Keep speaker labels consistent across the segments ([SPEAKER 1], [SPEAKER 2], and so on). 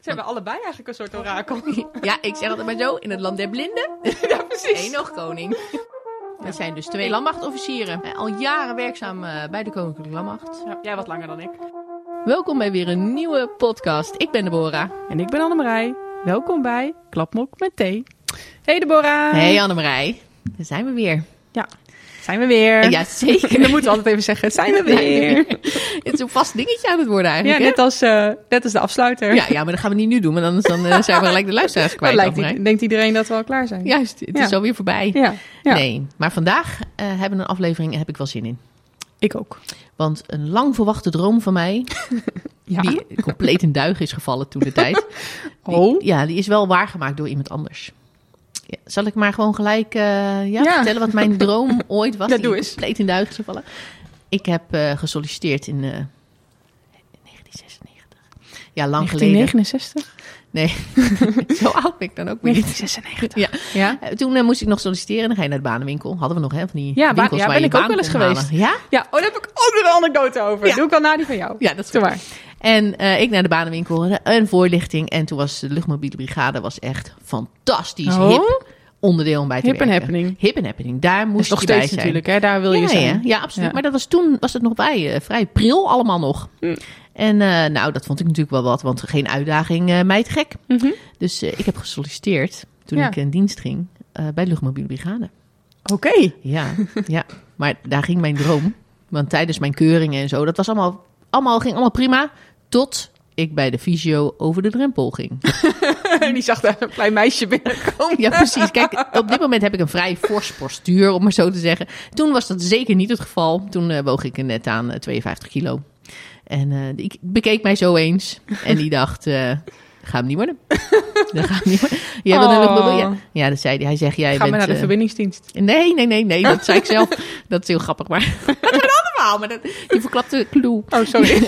[SPEAKER 1] zijn we allebei eigenlijk een soort orakel.
[SPEAKER 2] Ja, ik zeg altijd maar zo, in het land der blinden,
[SPEAKER 1] ja, precies.
[SPEAKER 2] één nog koning. Dat zijn dus twee landmachtofficieren. eh, Al jaren werkzaam eh, bij de Koninklijke Landmacht.
[SPEAKER 1] Ja, jij wat langer dan ik.
[SPEAKER 2] Welkom bij weer een nieuwe podcast. Ik ben Deborah.
[SPEAKER 1] En ik ben Annemarij. Welkom bij Klapmok met thee. Hey Deborah.
[SPEAKER 2] Hey Annemarij, daar zijn we weer.
[SPEAKER 1] Zijn we weer.
[SPEAKER 2] Jazeker.
[SPEAKER 1] Dan moeten we altijd even zeggen, zijn we weer.
[SPEAKER 2] Het is een vast dingetje aan het worden
[SPEAKER 1] Ja,
[SPEAKER 2] eigenlijk. hè?
[SPEAKER 1] net als, eh, net als de afsluiter.
[SPEAKER 2] Ja, ja, maar dat gaan we niet nu doen, want anders dan, eh, zijn we gelijk de luisteraars
[SPEAKER 1] Dan
[SPEAKER 2] kwijt.
[SPEAKER 1] lijkt,
[SPEAKER 2] Annemarij.
[SPEAKER 1] i- denkt iedereen dat we al klaar zijn.
[SPEAKER 2] Juist, het
[SPEAKER 1] Ja.
[SPEAKER 2] is alweer voorbij.
[SPEAKER 1] ja. ja.
[SPEAKER 2] Nee, maar vandaag eh, hebben we een aflevering en heb ik wel zin in.
[SPEAKER 1] ik ook.
[SPEAKER 2] Want een lang verwachte droom van mij,
[SPEAKER 1] Ja.
[SPEAKER 2] die compleet in duigen is gevallen toen de tijd. die-
[SPEAKER 1] Oh.
[SPEAKER 2] ja, die is wel waargemaakt door iemand anders. Ja, zal ik maar gewoon gelijk eh, ja,
[SPEAKER 1] Ja.
[SPEAKER 2] vertellen wat mijn droom ooit was?
[SPEAKER 1] Ja,
[SPEAKER 2] die
[SPEAKER 1] doe eens.
[SPEAKER 2] compleet in duigen is gevallen. Ik heb eh, gesolliciteerd in eh, 1996. Ja, lang geleden.
[SPEAKER 1] 1969.
[SPEAKER 2] Zo oud ben ik dan ook weer niet.
[SPEAKER 1] 1996.
[SPEAKER 2] Ja.
[SPEAKER 1] Ja.
[SPEAKER 2] Eh, Toen eh, moest ik nog solliciteren. Dan ga je naar de banenwinkel. Hadden we nog, hè? Van die
[SPEAKER 1] Ja, ba-
[SPEAKER 2] winkels
[SPEAKER 1] ja,
[SPEAKER 2] waar
[SPEAKER 1] ben
[SPEAKER 2] je
[SPEAKER 1] ik ook
[SPEAKER 2] baan
[SPEAKER 1] wel eens
[SPEAKER 2] kon
[SPEAKER 1] geweest.
[SPEAKER 2] halen. Ja?
[SPEAKER 1] ja, oh, daar heb ik ook nog een anekdote over.
[SPEAKER 2] Ja.
[SPEAKER 1] Doe ik al na die van jou.
[SPEAKER 2] Ja, dat is
[SPEAKER 1] Doe
[SPEAKER 2] waar.
[SPEAKER 1] maar.
[SPEAKER 2] En eh, ik naar de banenwinkel, eh, een voorlichting. En toen was de luchtmobiele brigade was echt fantastisch hip onderdeel om bij te
[SPEAKER 1] Hip en
[SPEAKER 2] werken.
[SPEAKER 1] Oh, happening.
[SPEAKER 2] Hip en happening. Daar
[SPEAKER 1] Moest
[SPEAKER 2] moest
[SPEAKER 1] nog
[SPEAKER 2] je bij
[SPEAKER 1] steeds
[SPEAKER 2] zijn.
[SPEAKER 1] natuurlijk, hè? daar wil je
[SPEAKER 2] ja,
[SPEAKER 1] zijn.
[SPEAKER 2] Ja, ja, absoluut.
[SPEAKER 1] Ja.
[SPEAKER 2] Maar dat was toen was het nog bij eh, vrij pril allemaal nog.
[SPEAKER 1] Hm.
[SPEAKER 2] En eh, nou, dat vond ik natuurlijk wel wat, want geen uitdaging, eh mij te gek.
[SPEAKER 1] Mhm.
[SPEAKER 2] Dus eh, ik heb gesolliciteerd toen
[SPEAKER 1] Ja.
[SPEAKER 2] ik in dienst ging eh, bij de luchtmobiele brigade.
[SPEAKER 1] Oké.
[SPEAKER 2] Ja, ja. Maar daar ging mijn droom. Want tijdens mijn keuringen en zo, dat was allemaal, allemaal, ging allemaal prima. Tot ik bij de fysio over de drempel ging.
[SPEAKER 1] die zag daar een klein meisje binnenkomen.
[SPEAKER 2] Ja, precies. Kijk, op dit moment heb ik een vrij fors postuur, om maar zo te zeggen. Toen was dat zeker niet het geval. Toen eh, woog ik er net aan eh, 52 kilo. En eh, ik bekeek mij zo eens. En die dacht, eh ga hem niet worden. Dat gaat hem niet worden. Jij wil een
[SPEAKER 1] Oh.
[SPEAKER 2] luchtbubbel? Ja. ja, dat zei hij. Hij zegt, jij
[SPEAKER 1] Gaan
[SPEAKER 2] bent...
[SPEAKER 1] we naar de
[SPEAKER 2] eh,
[SPEAKER 1] verbindingsdienst.
[SPEAKER 2] Nee, nee, nee, nee, dat zei ik zelf. Dat is heel grappig, maar dat zijn allemaal. Maar dat, je verklapt de clue.
[SPEAKER 1] Oh, sorry.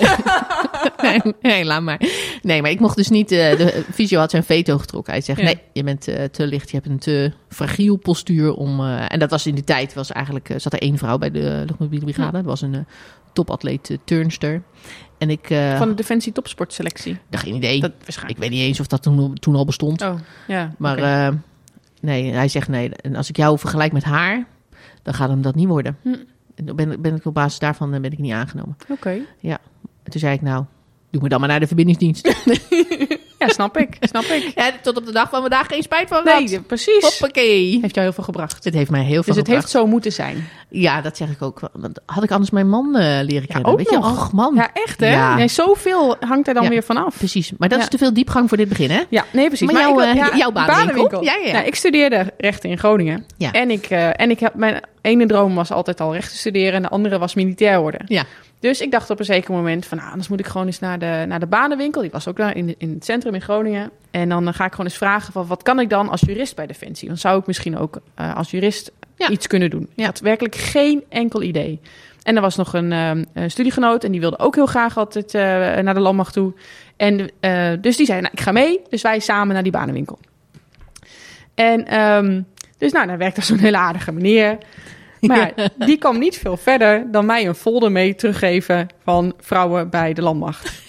[SPEAKER 2] Nee, nee, laat maar. Nee, maar ik mocht dus niet. eh, de fysio had zijn veto getrokken. Hij zegt:
[SPEAKER 1] Ja.
[SPEAKER 2] nee, je bent eh, te licht, je hebt een te fragiel postuur om. eh, en dat was in die tijd was eigenlijk eh, zat er één vrouw bij de eh, luchtmobiele brigade. Dat was een eh, topatleet eh, turnster. En ik eh
[SPEAKER 1] Van de Defensie Topsportselectie.
[SPEAKER 2] dacht geen idee.
[SPEAKER 1] Dat waarschijnlijk.
[SPEAKER 2] Ik weet niet eens of dat toen, toen al bestond.
[SPEAKER 1] Oh, ja.
[SPEAKER 2] Maar
[SPEAKER 1] oké.
[SPEAKER 2] eh, nee, hij zegt nee. En als ik jou vergelijk met haar, dan gaat hem dat niet worden.
[SPEAKER 1] Hm.
[SPEAKER 2] En dan Ben, ben ik op basis daarvan eh, ben ik niet aangenomen.
[SPEAKER 1] Oké.
[SPEAKER 2] En toen zei ik nou, doe me dan maar naar de verbindingsdienst.
[SPEAKER 1] Ja, snap ik. Snap ik.
[SPEAKER 2] en tot op de dag van vandaag geen spijt van
[SPEAKER 1] Nee,
[SPEAKER 2] gehad.
[SPEAKER 1] ja, precies.
[SPEAKER 2] Hoppakee.
[SPEAKER 1] Heeft jou heel veel gebracht.
[SPEAKER 2] Het heeft mij heel veel
[SPEAKER 1] Dus het heeft
[SPEAKER 2] gebracht.
[SPEAKER 1] zo moeten zijn.
[SPEAKER 2] Ja, dat zeg ik ook. wel. Want had ik anders mijn man eh, leren kennen.
[SPEAKER 1] ook
[SPEAKER 2] Weet je,
[SPEAKER 1] nog.
[SPEAKER 2] och man.
[SPEAKER 1] Ja, echt hè?
[SPEAKER 2] Ja.
[SPEAKER 1] Nee, zoveel hangt er dan
[SPEAKER 2] Ja.
[SPEAKER 1] weer vanaf.
[SPEAKER 2] Precies. Maar dat
[SPEAKER 1] Ja.
[SPEAKER 2] is te veel diepgang voor dit begin, hè?
[SPEAKER 1] Ja, nee, precies.
[SPEAKER 2] Maar jouw,
[SPEAKER 1] ik wil-
[SPEAKER 2] eh, jouw banenwinkel? Ja, ja, ja.
[SPEAKER 1] Nou, ik studeerde rechten in Groningen.
[SPEAKER 2] Ja.
[SPEAKER 1] En, ik, eh, en ik heb, mijn ene droom was altijd al rechten studeren en de andere was militair worden.
[SPEAKER 2] Ja.
[SPEAKER 1] Dus ik dacht op een zeker moment van, nou, anders moet ik gewoon eens naar de, naar de banenwinkel. Die was ook daar in, in het centrum in Groningen. En dan eh, ga ik gewoon eens vragen van, wat kan ik dan als jurist bij Defensie? Dan zou ik misschien ook eh, als jurist
[SPEAKER 2] Ja.
[SPEAKER 1] iets kunnen doen. Ik
[SPEAKER 2] Ja.
[SPEAKER 1] had werkelijk geen enkel idee. En er was nog een, ehm, een studiegenoot en die wilde ook heel graag altijd eh, naar de landmacht toe. En eh, dus die zei, nou, ik ga mee. Dus wij samen naar die banenwinkel. En ehm, dus nou, dan werkt op zo'n hele aardige manier. Maar die kwam niet veel verder dan mij een folder mee teruggeven van vrouwen bij de landmacht.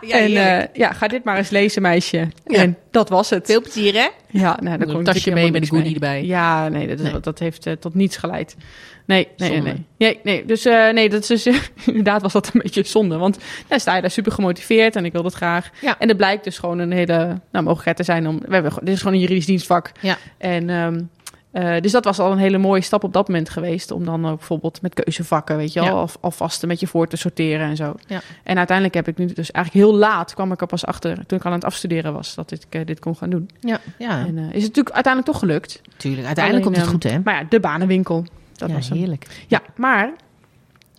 [SPEAKER 1] en eh, ja, ga dit maar eens lezen, meisje.
[SPEAKER 2] Ja.
[SPEAKER 1] En dat was het.
[SPEAKER 2] veel plezier, hè?
[SPEAKER 1] Ja, nou, daar
[SPEAKER 2] Een
[SPEAKER 1] kon ik
[SPEAKER 2] tasje
[SPEAKER 1] natuurlijk
[SPEAKER 2] mee met
[SPEAKER 1] helemaal
[SPEAKER 2] een goodie
[SPEAKER 1] niks mee.
[SPEAKER 2] erbij.
[SPEAKER 1] Ja, nee, dat, is-
[SPEAKER 2] Nee.
[SPEAKER 1] dat heeft eh, tot niets geleid. Nee, nee, nee,
[SPEAKER 2] Zonde.
[SPEAKER 1] nee. Nee, nee. Dus eh, nee, dat is dus, eh, inderdaad was dat een beetje zonde. Want dan sta je daar super gemotiveerd en ik wil dat graag.
[SPEAKER 2] Ja.
[SPEAKER 1] En er blijkt dus gewoon een hele nou, mogelijkheid te zijn om... We hebben, gewoon- dit is gewoon een juridisch dienstvak.
[SPEAKER 2] Ja.
[SPEAKER 1] En, ehm, eh, dus dat was al een hele mooie stap op dat moment geweest. Om dan ook bijvoorbeeld met keuzevakken, weet je wel,
[SPEAKER 2] Ja.
[SPEAKER 1] al, alvast een beetje voor te sorteren en zo.
[SPEAKER 2] Ja.
[SPEAKER 1] En uiteindelijk heb ik nu dus eigenlijk heel laat kwam ik er pas achter, toen ik al aan het afstuderen was, dat ik eh, dit kon gaan doen.
[SPEAKER 2] Ja, ja.
[SPEAKER 1] En eh, is het natuurlijk uiteindelijk toch gelukt.
[SPEAKER 2] Tuurlijk. Uiteindelijk komt het
[SPEAKER 1] Alleen,
[SPEAKER 2] goed, hè?
[SPEAKER 1] Maar ja, de banenwinkel. Dat
[SPEAKER 2] ja,
[SPEAKER 1] was hem.
[SPEAKER 2] heerlijk.
[SPEAKER 1] Ja, maar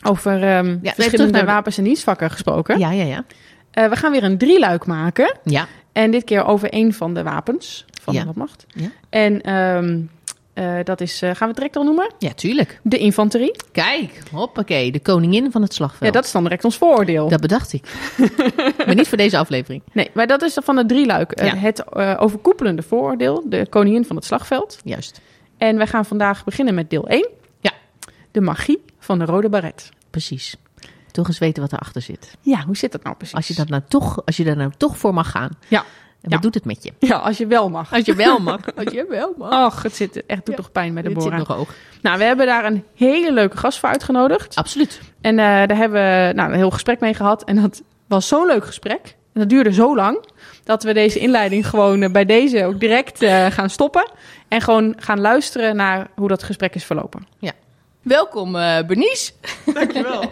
[SPEAKER 1] over ehm,
[SPEAKER 2] terug
[SPEAKER 1] verschillende
[SPEAKER 2] naar de-
[SPEAKER 1] wapens en dienstvakken gesproken.
[SPEAKER 2] Ja, ja, ja.
[SPEAKER 1] Eh, we gaan weer een drieluik maken.
[SPEAKER 2] Ja.
[SPEAKER 1] En dit keer over één van de wapens van
[SPEAKER 2] Ja.
[SPEAKER 1] de landmacht.
[SPEAKER 2] Ja.
[SPEAKER 1] En ehm, eh, dat is, eh, gaan we het direct al noemen,
[SPEAKER 2] Ja, tuurlijk.
[SPEAKER 1] de infanterie.
[SPEAKER 2] Kijk, hoppakee, de koningin van het
[SPEAKER 1] Ja,
[SPEAKER 2] slagveld.
[SPEAKER 1] dat is dan direct ons vooroordeel.
[SPEAKER 2] Dat bedacht ik. maar niet voor deze aflevering.
[SPEAKER 1] Nee, maar dat is van het drieluik. Eh,
[SPEAKER 2] Ja.
[SPEAKER 1] het eh, overkoepelende vooroordeel, de koningin van het slagveld.
[SPEAKER 2] Juist.
[SPEAKER 1] En we gaan vandaag beginnen met deel 1.
[SPEAKER 2] Ja.
[SPEAKER 1] De magie van de rode baret.
[SPEAKER 2] Precies. toch eens weten wat erachter zit.
[SPEAKER 1] Ja, hoe zit dat nou precies?
[SPEAKER 2] Als je, dat nou toch, als je daar nou toch voor mag gaan.
[SPEAKER 1] Ja.
[SPEAKER 2] En wat
[SPEAKER 1] Ja.
[SPEAKER 2] doet het met je?
[SPEAKER 1] Ja, als je wel mag.
[SPEAKER 2] Als je wel mag. Als je wel mag.
[SPEAKER 1] Ach, het zit echt doet
[SPEAKER 2] Ja,
[SPEAKER 1] toch pijn bij de
[SPEAKER 2] Dit zit
[SPEAKER 1] Bora.
[SPEAKER 2] nog hoog.
[SPEAKER 1] Nou, we hebben daar een hele leuke gast voor uitgenodigd.
[SPEAKER 2] Absoluut.
[SPEAKER 1] En eh, daar hebben we nou, een heel gesprek mee gehad. En dat was zo'n leuk gesprek. En dat duurde zo lang. Dat we deze inleiding gewoon eh, bij deze ook direct eh, gaan stoppen. En gewoon gaan luisteren naar hoe dat gesprek is verlopen.
[SPEAKER 2] Welkom eh Bernice.
[SPEAKER 3] Dankjewel.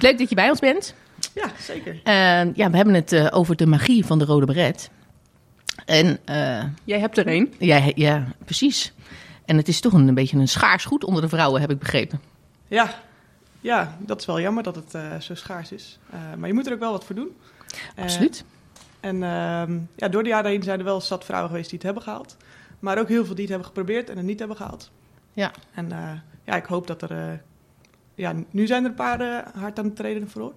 [SPEAKER 2] Leuk dat je bij ons bent.
[SPEAKER 3] Ja, zeker.
[SPEAKER 2] Eh, ja, we hebben het eh, over de magie van de rode beret. En eh,
[SPEAKER 1] Jij hebt er een.
[SPEAKER 2] ja, ja, precies. En het is toch een, een beetje een schaars goed onder de vrouwen, heb ik begrepen.
[SPEAKER 3] Ja. ja, dat is wel jammer dat het eh, zo schaars is. Eh, maar je moet er ook wel wat voor doen. Eh,
[SPEAKER 2] Absoluut.
[SPEAKER 3] en ehm, ja, door de jaren heen zijn er wel zat vrouwen geweest die het hebben gehaald. Maar ook heel veel die het hebben geprobeerd en het niet hebben gehaald.
[SPEAKER 2] Ja.
[SPEAKER 3] En eh, ja, ik hoop dat er... eh, ja, nu zijn er een paar eh, hard aan het treden voor.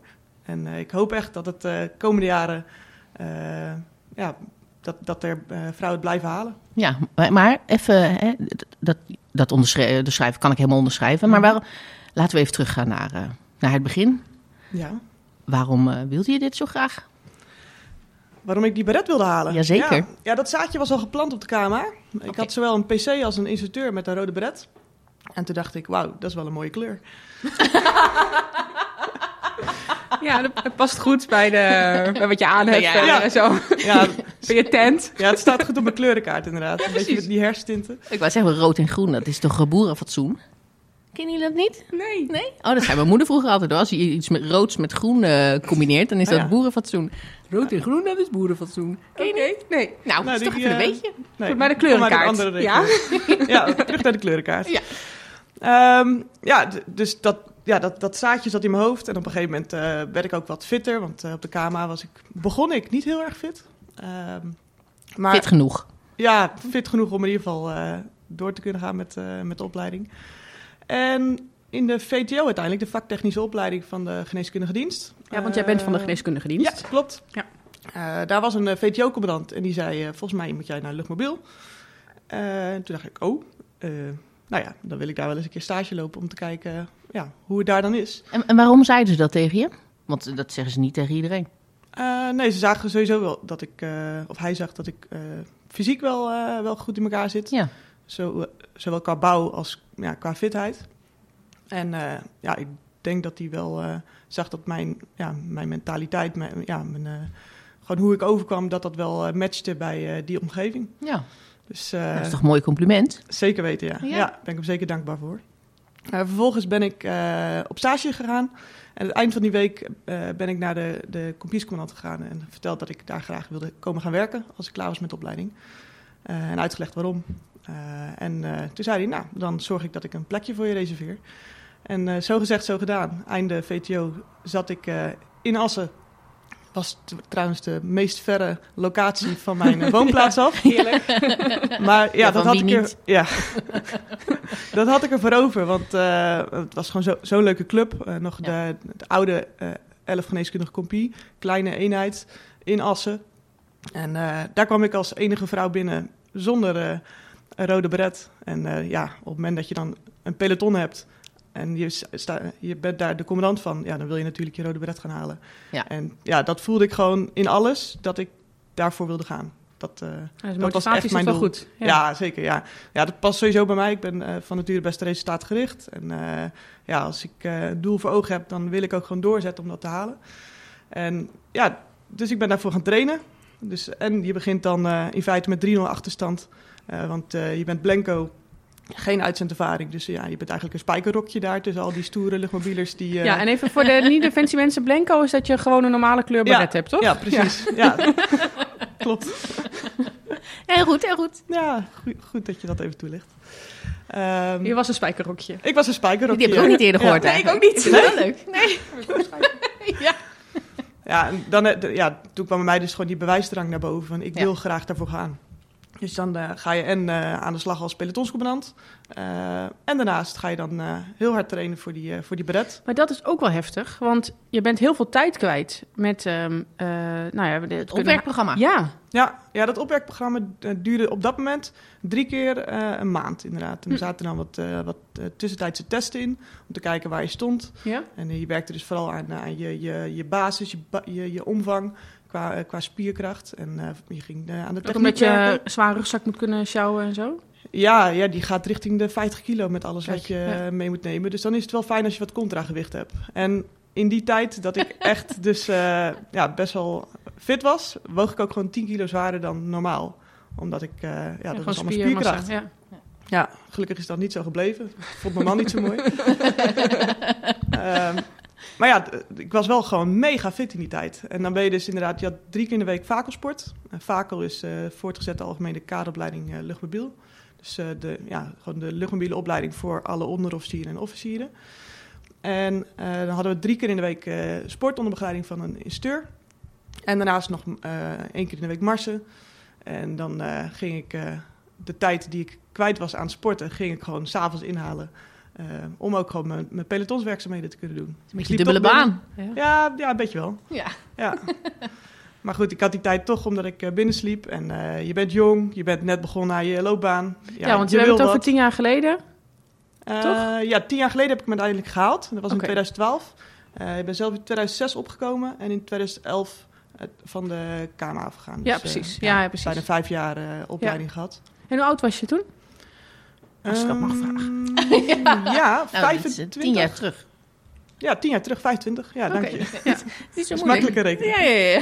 [SPEAKER 3] En eh, ik hoop echt dat het de komende jaren... eh, ja, dat, dat er eh, vrouwen het blijven halen.
[SPEAKER 2] Ja, maar, maar even, hè, dat, dat onderschrijven de schrijver kan ik helemaal onderschrijven. Maar waarom, laten we even teruggaan naar, eh, naar het begin.
[SPEAKER 3] Ja.
[SPEAKER 2] Waarom eh, wilde je dit zo graag?
[SPEAKER 3] Waarom ik die beret wilde halen?
[SPEAKER 2] Jazeker.
[SPEAKER 3] Ja, ja, dat zaadje was al geplant op de KMA. Ik
[SPEAKER 2] Oké.
[SPEAKER 3] had zowel een PC als een instructeur met een rode beret. En toen dacht ik, wauw, dat is wel een mooie kleur.
[SPEAKER 1] Ja, dat past goed bij, de, bij wat je aan hebt.
[SPEAKER 2] Ja.
[SPEAKER 1] eh,
[SPEAKER 3] Ja.
[SPEAKER 1] Zo.
[SPEAKER 3] Ja,
[SPEAKER 1] Bij je tent.
[SPEAKER 3] ja het staat goed op mijn kleurenkaart inderdaad. Een beetje die hersentinten.
[SPEAKER 2] Ik wou zeggen rood en groen, dat is toch eh, boerenfatsoen? Kennen jullie dat niet?
[SPEAKER 1] Nee.
[SPEAKER 2] Nee? Oh, dat zei mijn moeder vroeger altijd. hoor. Als je iets met roods met groen eh, combineert, dan is
[SPEAKER 3] Oh,
[SPEAKER 2] dat
[SPEAKER 3] ja.
[SPEAKER 2] boerenfatsoen. Rood en groen, dat is boerenfatsoen.
[SPEAKER 1] Oké, nee. nee.
[SPEAKER 2] Nou,
[SPEAKER 3] Nou,
[SPEAKER 2] dat is toch
[SPEAKER 3] die,
[SPEAKER 2] even een
[SPEAKER 3] eh,
[SPEAKER 2] beetje.
[SPEAKER 1] Goed, maar de
[SPEAKER 3] ik kom uit een
[SPEAKER 1] kleurenkaart.
[SPEAKER 3] andere
[SPEAKER 1] Ja.
[SPEAKER 3] richting. ja, terug naar de kleurenkaart.
[SPEAKER 2] Ja.
[SPEAKER 3] Ehm, ja, d- dus dat, ja, dat, dat zaadje zat in mijn hoofd. En op een gegeven moment eh, werd ik ook wat fitter. Want eh, op de KMA was ik, begon ik niet heel erg fit. Ehm, maar
[SPEAKER 2] Fit genoeg.
[SPEAKER 3] ja, fit genoeg om in ieder geval eh, door te kunnen gaan met, eh, met de opleiding. En in de VTO uiteindelijk, de vaktechnische opleiding van de geneeskundige dienst.
[SPEAKER 1] Ja, want jij bent van de
[SPEAKER 3] Eh,
[SPEAKER 1] geneeskundige dienst.
[SPEAKER 3] Ja, klopt.
[SPEAKER 1] Ja.
[SPEAKER 3] Eh, daar was een VTO-commandant en die zei, eh, volgens mij moet jij naar luchtmobiel. Eh, en toen dacht ik, oh, eh, nou ja, dan wil ik daar wel eens een keer stage lopen om te kijken eh, ja, hoe het daar dan is.
[SPEAKER 2] En, en waarom zeiden ze dat tegen je? Want eh, dat zeggen ze niet tegen iedereen.
[SPEAKER 3] Eh, nee, ze zagen sowieso wel dat ik, eh, of hij zag dat ik eh, fysiek wel, eh, wel goed in elkaar zit.
[SPEAKER 2] Ja.
[SPEAKER 3] Zo, eh, zowel qua bouw als ja, qua fitheid. En eh, ja, ik denk dat hij wel eh, zag dat mijn, ja, mijn mentaliteit, mijn, ja, mijn, eh, gewoon hoe ik overkwam, dat dat wel eh, matchte bij eh, die omgeving.
[SPEAKER 2] ja.
[SPEAKER 3] Dus eh,
[SPEAKER 2] Dat is toch een mooi compliment?
[SPEAKER 3] zeker weten, ja.
[SPEAKER 2] Ja.
[SPEAKER 3] ja. daar ben ik hem zeker dankbaar voor. Eh, vervolgens ben ik eh, op stage gegaan. En aan het eind van die week eh, ben ik naar de, de compiescommandant gegaan en verteld dat ik daar graag wilde komen gaan werken als ik klaar was met de opleiding. Eh, en uitgelegd waarom. Eh, en eh, toen zei hij, nou, dan zorg ik dat ik een plekje voor je reserveer. En eh, zo gezegd, zo gedaan. Einde VTO zat ik eh, in Assen. Was t- trouwens de meest verre locatie van mijn eh, woonplaats af.
[SPEAKER 1] Heerlijk.
[SPEAKER 3] Maar ja,
[SPEAKER 2] Ja, van
[SPEAKER 3] dat, had
[SPEAKER 2] wie
[SPEAKER 3] ik er,
[SPEAKER 2] niet?
[SPEAKER 3] ja. dat had ik er voor over. Want eh, het was gewoon zo- zo'n leuke club. Eh, nog
[SPEAKER 2] Ja.
[SPEAKER 3] de, het oude eh 11 geneeskundige compie. Kleine eenheid in Assen. En eh, daar kwam ik als enige vrouw binnen zonder eh, een rode beret. En eh, ja, op het moment dat je dan een peloton hebt... En je, sta, je bent daar de commandant van. Ja, dan wil je natuurlijk je rode beret gaan halen.
[SPEAKER 2] Ja.
[SPEAKER 3] En ja, dat voelde ik gewoon in alles dat ik daarvoor wilde gaan. Dat, eh,
[SPEAKER 1] Dus
[SPEAKER 3] Dat was
[SPEAKER 1] motivatie
[SPEAKER 3] echt
[SPEAKER 1] is
[SPEAKER 3] mijn
[SPEAKER 1] wel
[SPEAKER 3] doel.
[SPEAKER 1] goed.
[SPEAKER 3] ja. zeker. Ja. ja, dat past sowieso bij mij. Ik ben eh, van nature best resultaatgericht. En eh, ja, als ik eh, een doel voor ogen heb, dan wil ik ook gewoon doorzetten om dat te halen. En ja, dus ik ben daarvoor gaan trainen. Dus, en je begint dan eh, in feite met 3-0 achterstand. Eh, want eh, je bent blanco, geen uitzendervaring. Dus ja, je bent eigenlijk een spijkerrokje daar tussen al die stoere luchtmobielers die... eh,
[SPEAKER 1] Ja, en even voor de niet-defensie mensen. Blanco is dat je gewoon een normale kleur
[SPEAKER 3] Ja.
[SPEAKER 1] baret hebt, toch?
[SPEAKER 3] ja, precies. Ja. Klopt.
[SPEAKER 2] Heel goed, heel goed.
[SPEAKER 3] Ja, goed, goed dat je dat even toelicht. Ehm,
[SPEAKER 1] Je was een spijkerrokje.
[SPEAKER 3] ik was een spijkerrokje.
[SPEAKER 2] Die heb ik ook niet eerder
[SPEAKER 3] Ja.
[SPEAKER 2] gehoord.
[SPEAKER 1] Nee, ik ook niet.
[SPEAKER 2] Heel leuk. Nee. ja.
[SPEAKER 3] Ja, en dan, eh, d- ja, toen kwam bij mij dus gewoon die bewijsdrang naar boven. Van, ik
[SPEAKER 2] Ja.
[SPEAKER 3] wil graag daarvoor gaan. Dus dan eh, ga je en eh, aan de slag als pelotonscommandant. eh, en daarnaast ga je dan eh, heel hard trainen voor die, eh, voor die beret.
[SPEAKER 1] Maar dat is ook wel heftig, want je bent heel veel tijd kwijt met ehm, eh, nou ja, de- het
[SPEAKER 2] Het
[SPEAKER 1] kunnen-
[SPEAKER 2] opwerkprogramma.
[SPEAKER 1] Ja,
[SPEAKER 3] Ja, ja, dat opwerkprogramma eh, duurde op dat moment drie keer eh, een maand inderdaad. En er
[SPEAKER 1] Hm.
[SPEAKER 3] zaten dan wat, eh, wat eh, tussentijdse testen in om te kijken waar je stond.
[SPEAKER 1] ja.
[SPEAKER 3] En eh, je werkte dus vooral aan, eh, aan je, je, je basis, je, ba- je, je omvang qua, eh, qua spierkracht. En eh, je ging eh, aan de
[SPEAKER 1] Ook
[SPEAKER 3] techniek
[SPEAKER 1] omdat je
[SPEAKER 3] werken.
[SPEAKER 1] een zwaar rugzak moet kunnen sjouwen en zo.
[SPEAKER 3] Ja, ja, die gaat richting de 50 kilo met alles
[SPEAKER 1] Kijk,
[SPEAKER 3] wat je
[SPEAKER 1] ja.
[SPEAKER 3] eh, mee moet nemen. Dus dan is het wel fijn als je wat contragewicht hebt. En in die tijd dat ik echt dus eh, ja, best wel fit was, woog ik ook gewoon 10 kilo zwaarder dan normaal. Omdat ik, eh, ja, dat was allemaal spierkracht.
[SPEAKER 1] Ja.
[SPEAKER 3] Ja, gelukkig is dat niet zo gebleven. Vond mijn man niet zo mooi. Ehm, maar ja, d- ik was wel gewoon mega fit in die tijd. En dan ben je dus inderdaad, je had drie keer in de week vakelsport. En vakel is eh, voortgezette algemene kaderopleiding eh, luchtmobiel. Dus eh, de, ja, gewoon de luchtmobiele opleiding voor alle onderofficieren en officieren. En eh, dan hadden we drie keer in de week eh, sport onder begeleiding van een instructeur. En daarnaast nog eh, één keer in de week marsen. En dan eh, ging ik eh, de tijd die ik kwijt was aan sporten, ging ik gewoon s'avonds inhalen. eh, om ook gewoon mijn, mijn pelotonswerkzaamheden te kunnen doen.
[SPEAKER 2] Een beetje
[SPEAKER 3] liep
[SPEAKER 2] dubbele
[SPEAKER 3] toch binnen.
[SPEAKER 2] baan.
[SPEAKER 3] Ja, ja, een beetje wel.
[SPEAKER 2] Ja.
[SPEAKER 3] Ja. maar goed, ik had die tijd toch omdat ik eh, binnen sliep. En eh, je bent jong, je bent net begonnen aan je loopbaan.
[SPEAKER 1] Ja, want we hebben
[SPEAKER 3] wil
[SPEAKER 1] het over
[SPEAKER 3] wat.
[SPEAKER 1] tien jaar geleden.
[SPEAKER 3] Eh,
[SPEAKER 1] toch?
[SPEAKER 3] Ja, tien jaar geleden heb ik hem uiteindelijk gehaald. Dat was in
[SPEAKER 1] Oké.
[SPEAKER 3] 2012. Eh, ik ben zelf in 2006 opgekomen en in 2011 het- van de KMA afgegaan.
[SPEAKER 1] Ja,
[SPEAKER 3] eh,
[SPEAKER 1] precies. Ja, ja, precies.
[SPEAKER 3] Bijna vijf jaar eh, opleiding gehad.
[SPEAKER 1] En hoe oud was je toen? Als ik dat mag
[SPEAKER 3] vragen.
[SPEAKER 2] Nou,
[SPEAKER 3] ja,
[SPEAKER 2] dat is, eh,
[SPEAKER 3] 25.
[SPEAKER 2] tien jaar terug.
[SPEAKER 3] Ja, tien jaar terug, 25. Ja, dank je.
[SPEAKER 2] Oké.
[SPEAKER 3] Dat
[SPEAKER 2] Ja. Het is zo
[SPEAKER 3] is
[SPEAKER 2] moeilijk.
[SPEAKER 3] makkelijker rekenen.
[SPEAKER 2] Ja, ja, ja.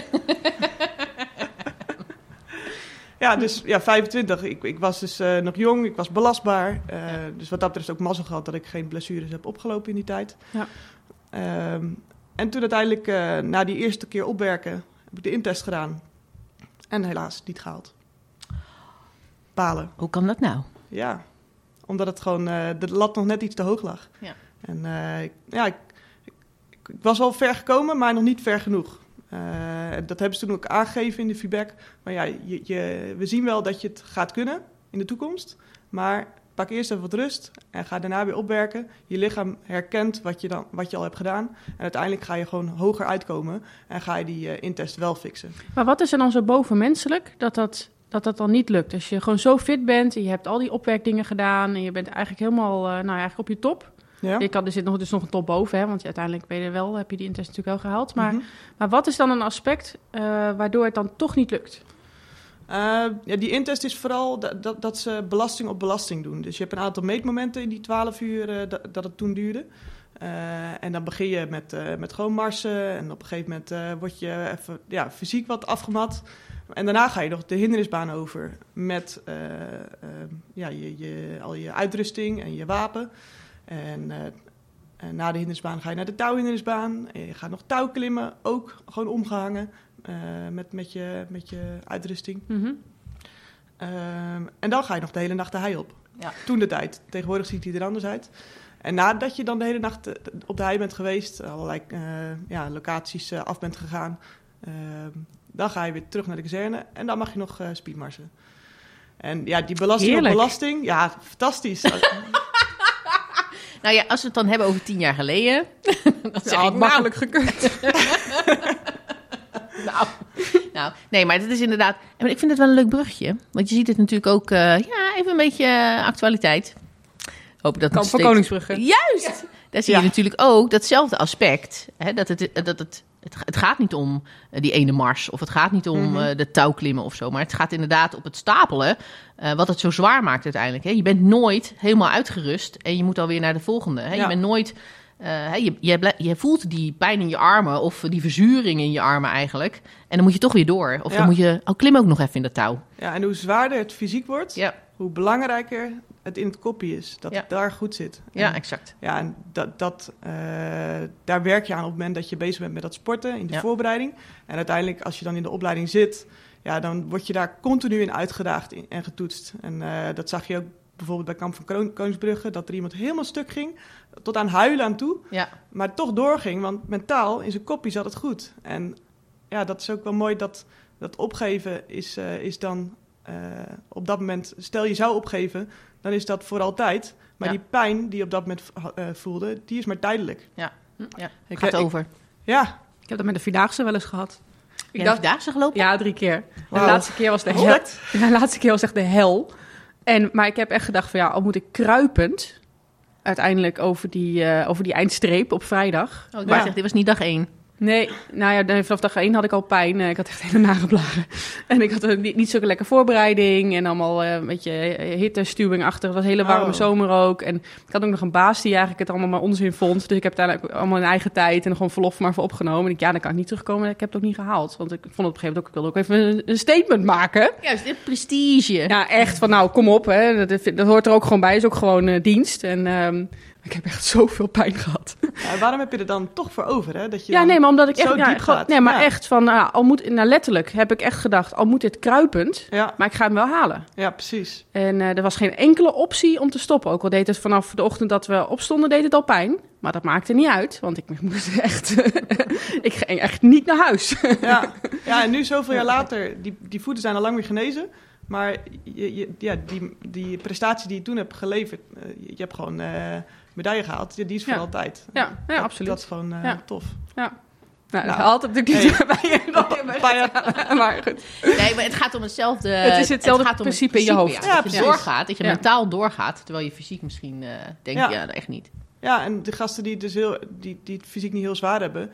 [SPEAKER 3] Ja, dus ja, 25. Ik, ik was dus eh, nog jong, ik was belastbaar. Eh, Dus wat dat betreft ook mazzel gehad dat ik geen blessures heb opgelopen in die tijd.
[SPEAKER 1] Ja.
[SPEAKER 3] Ehm, en toen uiteindelijk, eh, na die eerste keer opwerken, heb ik de intest gedaan. En helaas niet gehaald. Palen.
[SPEAKER 2] Hoe kan dat nou?
[SPEAKER 3] Ja, omdat het gewoon eh, de lat nog net iets te hoog lag.
[SPEAKER 2] Ja.
[SPEAKER 3] En eh, ik- ja, ik, ik, ik was wel ver gekomen, maar nog niet ver genoeg. Eh, dat hebben ze toen ook aangegeven in de feedback. Maar ja, je, je, we zien wel dat je het gaat kunnen in de toekomst. Maar pak eerst even wat rust en ga daarna weer opwerken. Je lichaam herkent wat je, dan, wat je al hebt gedaan. En uiteindelijk ga je gewoon hoger uitkomen en ga je die eh, intest wel fixen.
[SPEAKER 1] Maar wat is er dan zo bovenmenselijk dat dat, dat dat dan niet lukt? Als je gewoon zo fit bent en je hebt al die opwerkdingen gedaan... en je bent eigenlijk helemaal eh, nou, ja, eigenlijk op je top.
[SPEAKER 3] Ja?
[SPEAKER 1] Je kan, er zit nog, dus nog een top boven, hè, want je- uiteindelijk ben je er wel, heb je die intest natuurlijk wel gehaald. Maar,
[SPEAKER 3] Mhm.
[SPEAKER 1] maar wat is dan een aspect eh, waardoor het dan toch niet lukt?
[SPEAKER 3] Eh, ja, die intest is vooral dat, dat, dat ze belasting op belasting doen. Dus je hebt een aantal meetmomenten in die 12 uur eh, dat, dat het toen duurde. Eh, en dan begin je met, eh, met gewoon marsen. En op een gegeven moment eh, word je even, ja, fysiek wat afgemat. En daarna ga je nog de hindernisbaan over. Met eh, eh, ja, je, je, al je uitrusting en je wapen. En, eh, en na de hindernisbaan ga je naar de touwhindernisbaan. En je gaat nog touw klimmen. Ook gewoon omgehangen eh, met, met, je, met je uitrusting.
[SPEAKER 1] Mhm.
[SPEAKER 3] Ehm, en dan ga je nog de hele nacht de hei op.
[SPEAKER 2] Ja.
[SPEAKER 3] Toen de tijd. Tegenwoordig ziet hij er anders uit. En nadat je dan de hele nacht eh, op de hei bent geweest, allerlei eh, ja, locaties eh, af bent gegaan, ehm, dan ga je weer terug naar de kazerne en dan mag je nog eh speedmarsen. En ja, die belasting
[SPEAKER 1] Heerlijk.
[SPEAKER 3] op belasting, ja, fantastisch.
[SPEAKER 2] Nou ja, als we het dan hebben over tien jaar geleden. dan zeg ik, nou,
[SPEAKER 1] gekund.
[SPEAKER 2] Nou, nou, nee, maar dat is inderdaad. Maar ik vind het wel een leuk brugje. Want je ziet het natuurlijk ook. eh, ja, even een beetje eh, actualiteit. Hopen dat
[SPEAKER 1] Kan
[SPEAKER 2] het
[SPEAKER 1] van
[SPEAKER 2] steeds-
[SPEAKER 1] Koningsbrugge.
[SPEAKER 2] Juist! Daar zie je
[SPEAKER 3] Ja.
[SPEAKER 2] natuurlijk ook datzelfde aspect. Hè, dat het, eh, dat het, het, het gaat niet om eh, die ene mars. Of het gaat niet om
[SPEAKER 3] Mhm.
[SPEAKER 2] eh, de touwklimmen of zo. Maar het gaat inderdaad op het stapelen. eh, wat het zo zwaar maakt uiteindelijk. Hè. Je bent nooit helemaal uitgerust. En je moet alweer naar de volgende. Hè. Je
[SPEAKER 3] Ja.
[SPEAKER 2] bent nooit. eh, hè, je, je, blij- je voelt die pijn in je armen. Of die verzuring in je armen eigenlijk. En dan moet je toch weer door. Of dan
[SPEAKER 3] Ja.
[SPEAKER 2] moet je. Oh, klim ook nog even in dat touw.
[SPEAKER 3] ja, en hoe zwaarder het fysiek wordt,
[SPEAKER 2] Ja,
[SPEAKER 3] hoe belangrijker het in het kopje is. Dat
[SPEAKER 2] Ja.
[SPEAKER 3] het daar goed zit.
[SPEAKER 2] ja
[SPEAKER 3] En
[SPEAKER 2] exact.
[SPEAKER 3] Ja, en dat, dat, eh, daar werk je aan op het moment dat je bezig bent met dat sporten, in de
[SPEAKER 2] Ja.
[SPEAKER 3] voorbereiding. En uiteindelijk, als je dan in de opleiding zit, ja, dan word je daar continu in uitgedaagd in- en getoetst. En eh, dat zag je ook bijvoorbeeld bij Kamp van Kroon- Koningsbrugge, dat er iemand helemaal stuk ging, tot aan huilen aan toe,
[SPEAKER 2] Ja.
[SPEAKER 3] maar toch doorging, want mentaal in zijn kopje zat het goed. En ja, dat is ook wel mooi dat dat opgeven is, eh, is dan eh, op dat moment, stel je zou opgeven, dan is dat voor altijd. Maar
[SPEAKER 1] Ja.
[SPEAKER 3] die pijn die je op dat moment eh, voelde, die is maar tijdelijk.
[SPEAKER 1] Ja.
[SPEAKER 3] Ik,
[SPEAKER 2] Gaat
[SPEAKER 3] ik-
[SPEAKER 2] over.
[SPEAKER 3] Ja,
[SPEAKER 1] Ik heb dat met de Vierdaagse wel eens gehad.
[SPEAKER 2] Ik
[SPEAKER 1] Ik
[SPEAKER 2] heb
[SPEAKER 1] dacht,
[SPEAKER 2] vandaag gelopen.
[SPEAKER 1] ja, drie keer.
[SPEAKER 3] Wauw.
[SPEAKER 1] De laatste keer was de hel.
[SPEAKER 3] respect.
[SPEAKER 1] De laatste keer was echt de hel. En, maar ik heb echt gedacht van ja, al moet ik kruipend uiteindelijk over die, eh, over die eindstreep op vrijdag.
[SPEAKER 2] Oh, ik
[SPEAKER 3] Ja.
[SPEAKER 2] wou zeggen, dit was niet dag één.
[SPEAKER 1] Nee, nou ja, dan- vanaf dag één had ik al pijn. Eh, Ik had echt hele nare blaren. En ik had ook niet, niet zulke lekker voorbereiding. En allemaal eh, een beetje eh, hitte, stuwing achter. Het was een hele warme
[SPEAKER 3] Oh.
[SPEAKER 1] zomer ook. En ik had ook nog een baas die eigenlijk het allemaal maar onzin vond. Dus ik heb daar eigenlijk allemaal in eigen tijd en gewoon verlof maar voor opgenomen. En ik, ja, dan kan ik niet terugkomen. Ik heb het ook niet gehaald. Want ik vond het op een gegeven moment ook, ik wilde ook even een- een statement maken.
[SPEAKER 2] Juist, dit prestige.
[SPEAKER 1] Ja, echt van nou, kom op. Hè. Dat, dat hoort er ook gewoon bij. Is ook gewoon eh, dienst. En ehm, ik heb echt zoveel pijn gehad.
[SPEAKER 3] Ja, Nou, waarom heb je er dan toch voor over? Hè? Dat je
[SPEAKER 1] Ja,
[SPEAKER 3] dan-
[SPEAKER 1] nee, maar omdat ik
[SPEAKER 3] zo
[SPEAKER 1] echt... ja,
[SPEAKER 3] diep
[SPEAKER 1] gewoon-
[SPEAKER 3] gaat.
[SPEAKER 1] Nee, maar
[SPEAKER 3] Ja.
[SPEAKER 1] echt van, nou, al moet, nou, letterlijk heb ik echt gedacht, al moet dit kruipend,
[SPEAKER 3] ja,
[SPEAKER 1] maar ik ga hem wel halen.
[SPEAKER 3] ja, precies.
[SPEAKER 1] En eh, er was geen enkele optie om te stoppen. Ook al deed het vanaf de ochtend dat we opstonden, deed het al pijn. Maar dat maakte niet uit, want ik moest echt... ik ging echt niet naar huis.
[SPEAKER 3] Ja, ja en nu zoveel jaar later, die, die voeten zijn al lang weer genezen. Maar je, je- ja, die, die prestatie die je toen hebt geleverd, eh, je, je hebt gewoon eh medaille gehaald, die die is voor
[SPEAKER 1] Ja.
[SPEAKER 3] altijd.
[SPEAKER 1] ja, ja
[SPEAKER 3] Dat-
[SPEAKER 1] absoluut.
[SPEAKER 3] Dat is gewoon eh,
[SPEAKER 1] Ja.
[SPEAKER 3] tof.
[SPEAKER 1] nou, dat
[SPEAKER 3] nou,
[SPEAKER 1] haalt het natuurlijk niet
[SPEAKER 3] Een
[SPEAKER 1] bij
[SPEAKER 3] paar jaar-
[SPEAKER 1] je. maar goed.
[SPEAKER 2] Nee, maar het gaat om hetzelfde.
[SPEAKER 1] Het is hetzelfde
[SPEAKER 2] gaat om
[SPEAKER 1] principe in je hoofd.
[SPEAKER 2] ja,
[SPEAKER 3] Ja,
[SPEAKER 2] dat je
[SPEAKER 3] precies.
[SPEAKER 2] doorgaat, dat je
[SPEAKER 1] Ja.
[SPEAKER 2] mentaal doorgaat, terwijl je fysiek misschien eh, denkt, ja.
[SPEAKER 3] Ja.
[SPEAKER 2] dat echt niet.
[SPEAKER 3] Ja, en de gasten die, dus heel, die, die het fysiek niet heel zwaar hebben,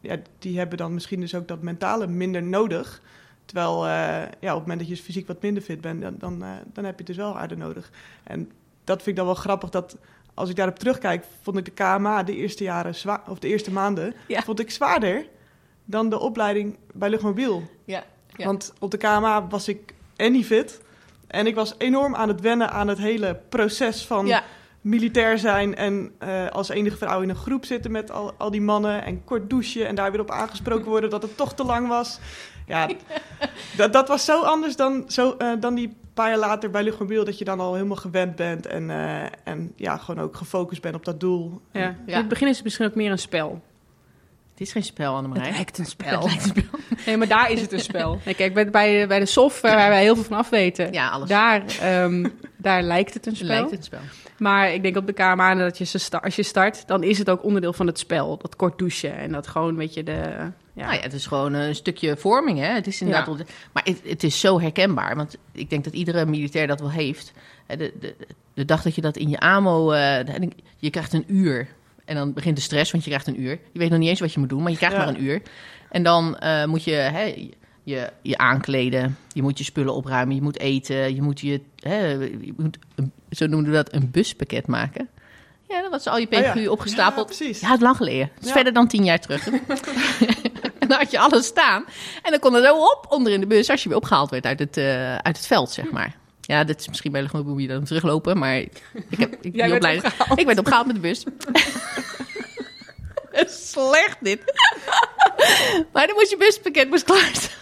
[SPEAKER 3] ja, die hebben dan misschien dus ook dat mentale minder nodig. Terwijl eh, ja, op het moment dat je fysiek wat minder fit bent, dan, dan, eh, dan heb je het dus wel aarde nodig. En dat vind ik dan wel grappig, dat als ik daarop terugkijk, vond ik de KMA de eerste, jaren zwa- of de eerste maanden
[SPEAKER 2] Ja.
[SPEAKER 3] vond ik zwaarder dan de opleiding bij Luchtmobiel.
[SPEAKER 2] Ja, ja.
[SPEAKER 3] Want op de KMA was ik en niet fit. En ik was enorm aan het wennen aan het hele proces van
[SPEAKER 2] Ja.
[SPEAKER 3] militair zijn en eh, als enige vrouw in een groep zitten met al, al die mannen en kort douchen en daar weer op aangesproken worden dat het toch te lang was. Ja, dat, dat was zo anders dan, zo, eh, dan die paar jaar later bij Luchtmobiel, dat je dan al helemaal gewend bent en, eh, en ja, gewoon ook gefocust bent op dat doel.
[SPEAKER 1] Ja. In het begin is het misschien ook meer een spel.
[SPEAKER 2] Het is geen spel, Annemarij.
[SPEAKER 1] lijkt een spel.
[SPEAKER 2] Het lijkt een spel.
[SPEAKER 1] Nee, maar daar is het een spel. Nee, kijk, bij, bij, bij de software waar wij heel veel van af weten.
[SPEAKER 2] Ja, alles.
[SPEAKER 1] Daar, ehm, daar lijkt het een spel.
[SPEAKER 2] lijkt een spel.
[SPEAKER 1] Maar ik denk op de KMA dat je ze sta- als je start, dan is het ook onderdeel van het spel. Dat kort douchen en dat gewoon, weet je, de... Ja.
[SPEAKER 2] Nou ja, het is gewoon eh, een stukje vorming, hè. Het is inderdaad...
[SPEAKER 1] Ja.
[SPEAKER 2] ont- Maar het, het is zo herkenbaar, want ik denk dat iedere militair dat wel heeft. Hè, De, de, de dag dat je dat in je AMO... eh, de- je krijgt een uur. En dan begint de stress, want je krijgt een uur. Je weet nog niet eens wat je moet doen, maar je krijgt
[SPEAKER 3] Ja.
[SPEAKER 2] maar een uur. En dan eh, moet je, hè, je je aankleden, je moet je spullen opruimen, je moet eten, je moet je... Hè, je moet een- zo noemen we dat, een buspakket maken. Ja, dan was al je PQ
[SPEAKER 3] Oh ja.
[SPEAKER 2] opgestapeld.
[SPEAKER 3] Ja, precies.
[SPEAKER 2] Ja, het is lang geleden. Het is
[SPEAKER 3] Ja.
[SPEAKER 2] verder dan tien jaar terug. en dan had je alles staan. En dan kon er zo op onder in de bus als je weer opgehaald werd uit het, eh, uit het veld, zeg maar. Ja, dat is misschien bij de groep hoe je dan teruglopen, maar ik, heb, ik, ben
[SPEAKER 1] werd
[SPEAKER 2] heel blij. ik werd opgehaald met de bus. Slecht dit. maar dan moest je buspakket moest klaarstaan.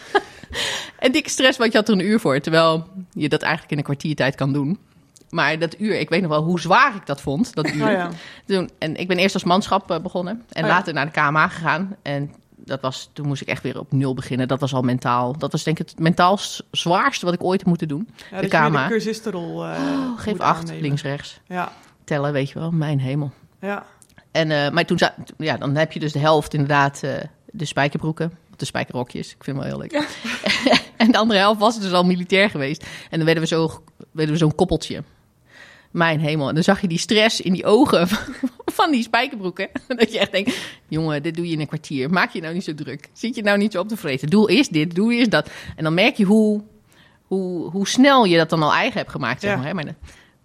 [SPEAKER 2] en dikke stress, want je had er een uur voor. Terwijl je dat eigenlijk in een kwartiertijd kan doen. Maar dat uur, ik weet nog wel hoe zwaar ik dat vond, dat uur.
[SPEAKER 3] Nou ja.
[SPEAKER 2] Toen, en ik ben eerst als manschap eh, begonnen en
[SPEAKER 3] Oh ja.
[SPEAKER 2] later naar de KMA gegaan. En dat was, toen moest ik echt weer op nul beginnen. Dat was al mentaal. Dat was denk ik het mentaal s- zwaarste wat ik ooit heb moeten doen. de
[SPEAKER 3] Ja, dat je dus weer
[SPEAKER 2] KMA.
[SPEAKER 3] de cursistenrol eh,
[SPEAKER 2] Oh, geef
[SPEAKER 3] moet
[SPEAKER 2] acht,
[SPEAKER 3] Oh, aannemen.
[SPEAKER 2] links, rechts.
[SPEAKER 3] Ja,
[SPEAKER 2] Tellen, weet je wel. Mijn hemel.
[SPEAKER 3] ja.
[SPEAKER 2] En, eh, maar toen, za- ja, dan heb je dus de helft inderdaad eh, de spijkerbroeken. of De spijkerrokjes, ik vind hem wel heel leuk. en de andere helft was dus al militair geweest. En dan werden we zo- werden we zo'n koppeltje. Mijn hemel. En dan zag je die stress in die ogen van, van die spijkerbroeken. Dat je echt denkt, jongen, dit doe je in een kwartier. Maak je nou niet zo druk. Zit je nou niet zo op te vreten. Doel is dit, doel is dat. En dan merk je hoe, hoe, hoe snel je dat dan al eigen hebt gemaakt. Zeg
[SPEAKER 3] Ja.
[SPEAKER 2] maar, hè. Maar, de-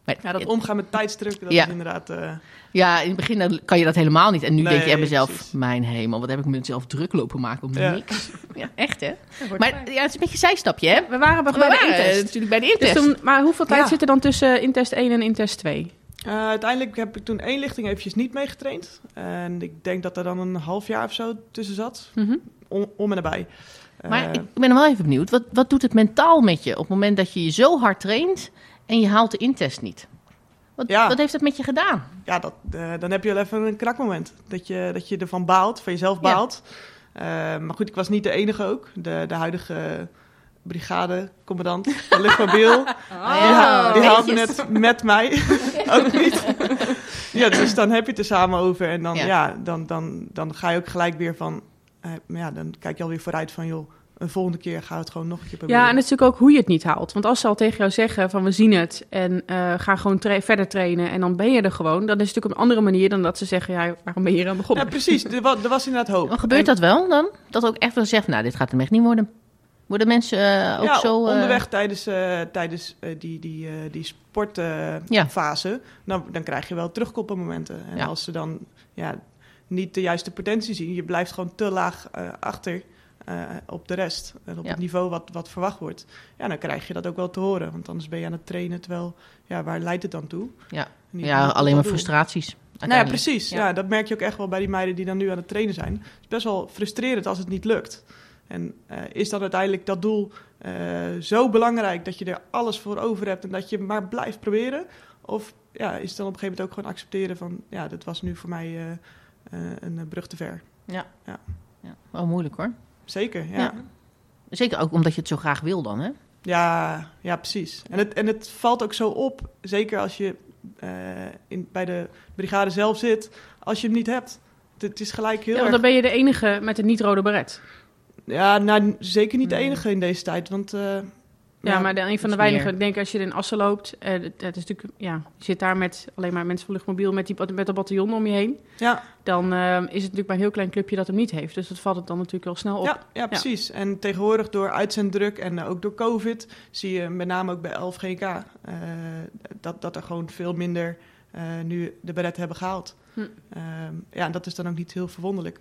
[SPEAKER 2] maar-
[SPEAKER 3] ja, dat omgaan met tijdsdruk, dat
[SPEAKER 2] Ja.
[SPEAKER 3] is inderdaad... eh,
[SPEAKER 2] ja, in het begin dan kan je dat helemaal niet. En nu
[SPEAKER 3] Nee,
[SPEAKER 2] denk je bij mezelf,
[SPEAKER 3] precies.
[SPEAKER 2] mijn hemel, wat heb ik mezelf druk lopen maken om
[SPEAKER 3] Ja.
[SPEAKER 2] niks. Ja, echt hè?
[SPEAKER 1] hoort
[SPEAKER 2] Maar ja, het is een beetje een zijstapje hè?
[SPEAKER 1] We waren bij
[SPEAKER 2] We waren
[SPEAKER 1] de
[SPEAKER 2] eh,
[SPEAKER 1] intest.
[SPEAKER 2] natuurlijk bij de
[SPEAKER 1] Dus
[SPEAKER 2] intest.
[SPEAKER 1] toen, maar hoeveel tijd
[SPEAKER 3] Ja.
[SPEAKER 1] zit er dan tussen intest 1 en intest 2?
[SPEAKER 3] Eh, uiteindelijk heb ik toen één lichting eventjes niet meegetraind. En ik denk dat er dan een half jaar of zo tussen zat.
[SPEAKER 1] Mhm.
[SPEAKER 3] Om, om en nabij. Eh,
[SPEAKER 2] Maar ik ben wel even benieuwd, wat, wat doet het mentaal met je op het moment dat je je zo hard traint en je haalt de intest niet? Wat,
[SPEAKER 3] Ja.
[SPEAKER 2] wat heeft dat met je gedaan?
[SPEAKER 3] Ja, dat, eh, dan heb je wel even een krakmoment. Dat je, dat je ervan baalt, van jezelf
[SPEAKER 2] Ja.
[SPEAKER 3] baalt. Eh, maar goed, ik was niet de enige ook. De, de huidige brigade, commandant, van luchtmobiel.
[SPEAKER 1] Oh,
[SPEAKER 3] Die, ha- die haalde net met mij. ook niet. ja, dus dan heb je het er samen over. En dan,
[SPEAKER 2] Ja.
[SPEAKER 3] ja. dan, dan, dan ga je ook gelijk weer van... eh, maar ja, dan kijk je alweer vooruit van... joh, een volgende keer ga het gewoon nog een keer proberen.
[SPEAKER 1] Ja, en het is natuurlijk ook hoe je het niet haalt. Want als ze al tegen jou zeggen van we zien het en eh, ga gewoon tra- verder trainen en dan ben je er gewoon, dan is het natuurlijk een andere manier dan dat ze zeggen, ja, waarom ben je hier aan
[SPEAKER 3] Ja,
[SPEAKER 1] begonnen?
[SPEAKER 3] precies. Er was, er was inderdaad hoop.
[SPEAKER 2] Maar gebeurt
[SPEAKER 3] Oh, En-
[SPEAKER 2] dat wel dan? Dat ook echt wel zegt, nou, dit gaat hem echt niet worden. Worden mensen eh, ook
[SPEAKER 3] ja,
[SPEAKER 2] zo... eh,
[SPEAKER 3] onderweg tijdens, eh, tijdens eh, die, die, eh, die sportfase,
[SPEAKER 2] Ja.
[SPEAKER 3] dan, dan krijg je wel terugkoppelmomenten. En
[SPEAKER 2] Ja.
[SPEAKER 3] als ze dan ja, niet de juiste potentie zien, je blijft gewoon te laag eh, achter eh, op de rest. En op
[SPEAKER 2] Ja.
[SPEAKER 3] het niveau wat, wat verwacht wordt. Ja, dan krijg je dat ook wel te horen. Want anders ben je aan het trainen, terwijl, ja, waar leidt het dan toe?
[SPEAKER 2] Ja.
[SPEAKER 3] En die-
[SPEAKER 2] ja,
[SPEAKER 3] die-
[SPEAKER 2] alleen maar
[SPEAKER 3] doel.
[SPEAKER 2] frustraties.
[SPEAKER 3] Nou ja,
[SPEAKER 2] uiteindelijk.
[SPEAKER 3] precies.
[SPEAKER 2] Ja.
[SPEAKER 3] Ja. dat merk je ook echt wel bij die meiden die dan nu aan het trainen zijn. Het is best wel frustrerend als het niet lukt. En eh, is dan uiteindelijk dat doel eh, zo belangrijk dat je er alles voor over hebt en dat je maar blijft proberen? Of ja, is het dan op een gegeven moment ook gewoon accepteren van, ja, dat was nu voor mij eh, eh, een eh, brug te ver.
[SPEAKER 2] Ja, wel moeilijk hoor.
[SPEAKER 3] Zeker, ja.
[SPEAKER 2] Ja. Zeker ook omdat je het zo graag wil dan, hè?
[SPEAKER 3] Ja, ja precies. En het, en het valt ook zo op, zeker als je eh, in, bij de brigade zelf zit, als je hem niet hebt. Het, het is gelijk heel
[SPEAKER 1] Ja, want
[SPEAKER 3] erg
[SPEAKER 1] dan ben je de enige met een niet-rode baret.
[SPEAKER 3] Ja, nou, n- zeker niet de
[SPEAKER 2] Hmm.
[SPEAKER 3] enige in deze tijd. Want eh,
[SPEAKER 1] Ja, maar de, een van de
[SPEAKER 2] iets meer.
[SPEAKER 1] weinigen. Ik denk als je in Assen loopt, eh, dat, dat is natuurlijk, ja, je zit daar met alleen maar mensen van luchtmobiel met, die, met dat bataljon om je heen.
[SPEAKER 3] ja,
[SPEAKER 1] Dan eh, is het natuurlijk maar een heel klein clubje dat hem niet heeft. Dus dat valt het dan natuurlijk wel snel op.
[SPEAKER 3] ja, ja, precies. En tegenwoordig door uitzenddruk en eh, ook door COVID zie je met name ook bij 11 GK eh, dat, dat er gewoon veel minder eh, nu de beret hebben gehaald.
[SPEAKER 1] Hm.
[SPEAKER 3] Ehm, ja, en dat is dan ook niet heel verwonderlijk.